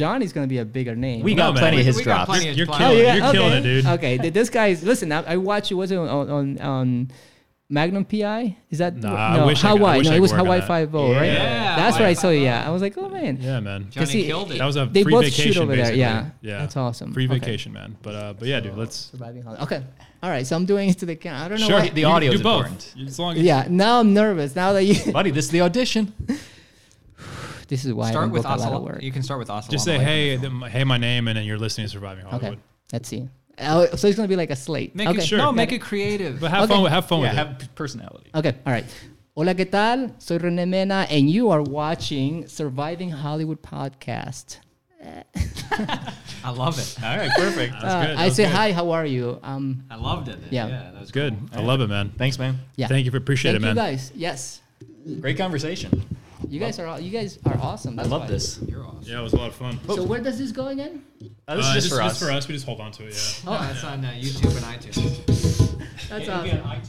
Johnny's gonna be a bigger name. We Oh. No, got man. plenty of his We got drops. plenty of You're plenty. killing Oh, it. yeah, You're okay. killing it, dude. Okay, th- this guy's. Listen, I, I watched. Was it on on, on Magnum PI? Is that Nah, I no wish I could- I Hawaii? wish no, I it could was work on Hawaii that. Five O, right? Yeah, that's what I Hawaii saw. Yeah, I was like, oh man, Yeah, man. Johnny see, killed it. That was a They free both shoot vacation over there, basically. yeah. yeah, That's awesome. Free Okay. vacation, man. But uh, but yeah, dude, let's surviving. Hol- Okay, all right. So I'm doing it to the camera. I don't know. sure. why- the you can audio's do both. important. As long as Yeah, now I'm nervous. Now that you, Buddy, this is the audition. this is why I Start don't with book a lot of Ocelot. work. You can start with Ocelot. just say hey, the, hey, my name, and then you're listening to Surviving Hollywood. Okay, let's see. Oh, so it's gonna be like a slate. Make okay, it, No, Sure. make it creative. But have Okay. fun. With, have fun Yeah, with it. have personality. Okay, all right. Hola, ¿qué tal? Soy René Mena, and you are watching Surviving Hollywood Podcast. I love it. All right, perfect. Uh, That's good. I That's say, good. hi, how are you? Um, I loved it. Yeah. yeah that was Good. I love it, man. Thanks, man. yeah. Thank you for appreciate Thank it, man. you guys. Yes. Great conversation. You guys are, all, you guys are awesome. I That's love why. this. Cool. You're awesome. Yeah, it was a lot of fun. So where does this go again? Oh, Uh, Oh, this is Uh, just, for us. Just for us. We just hold on to it. Yeah. No, it's on uh, YouTube and iTunes. That's Yeah, you awesome. can-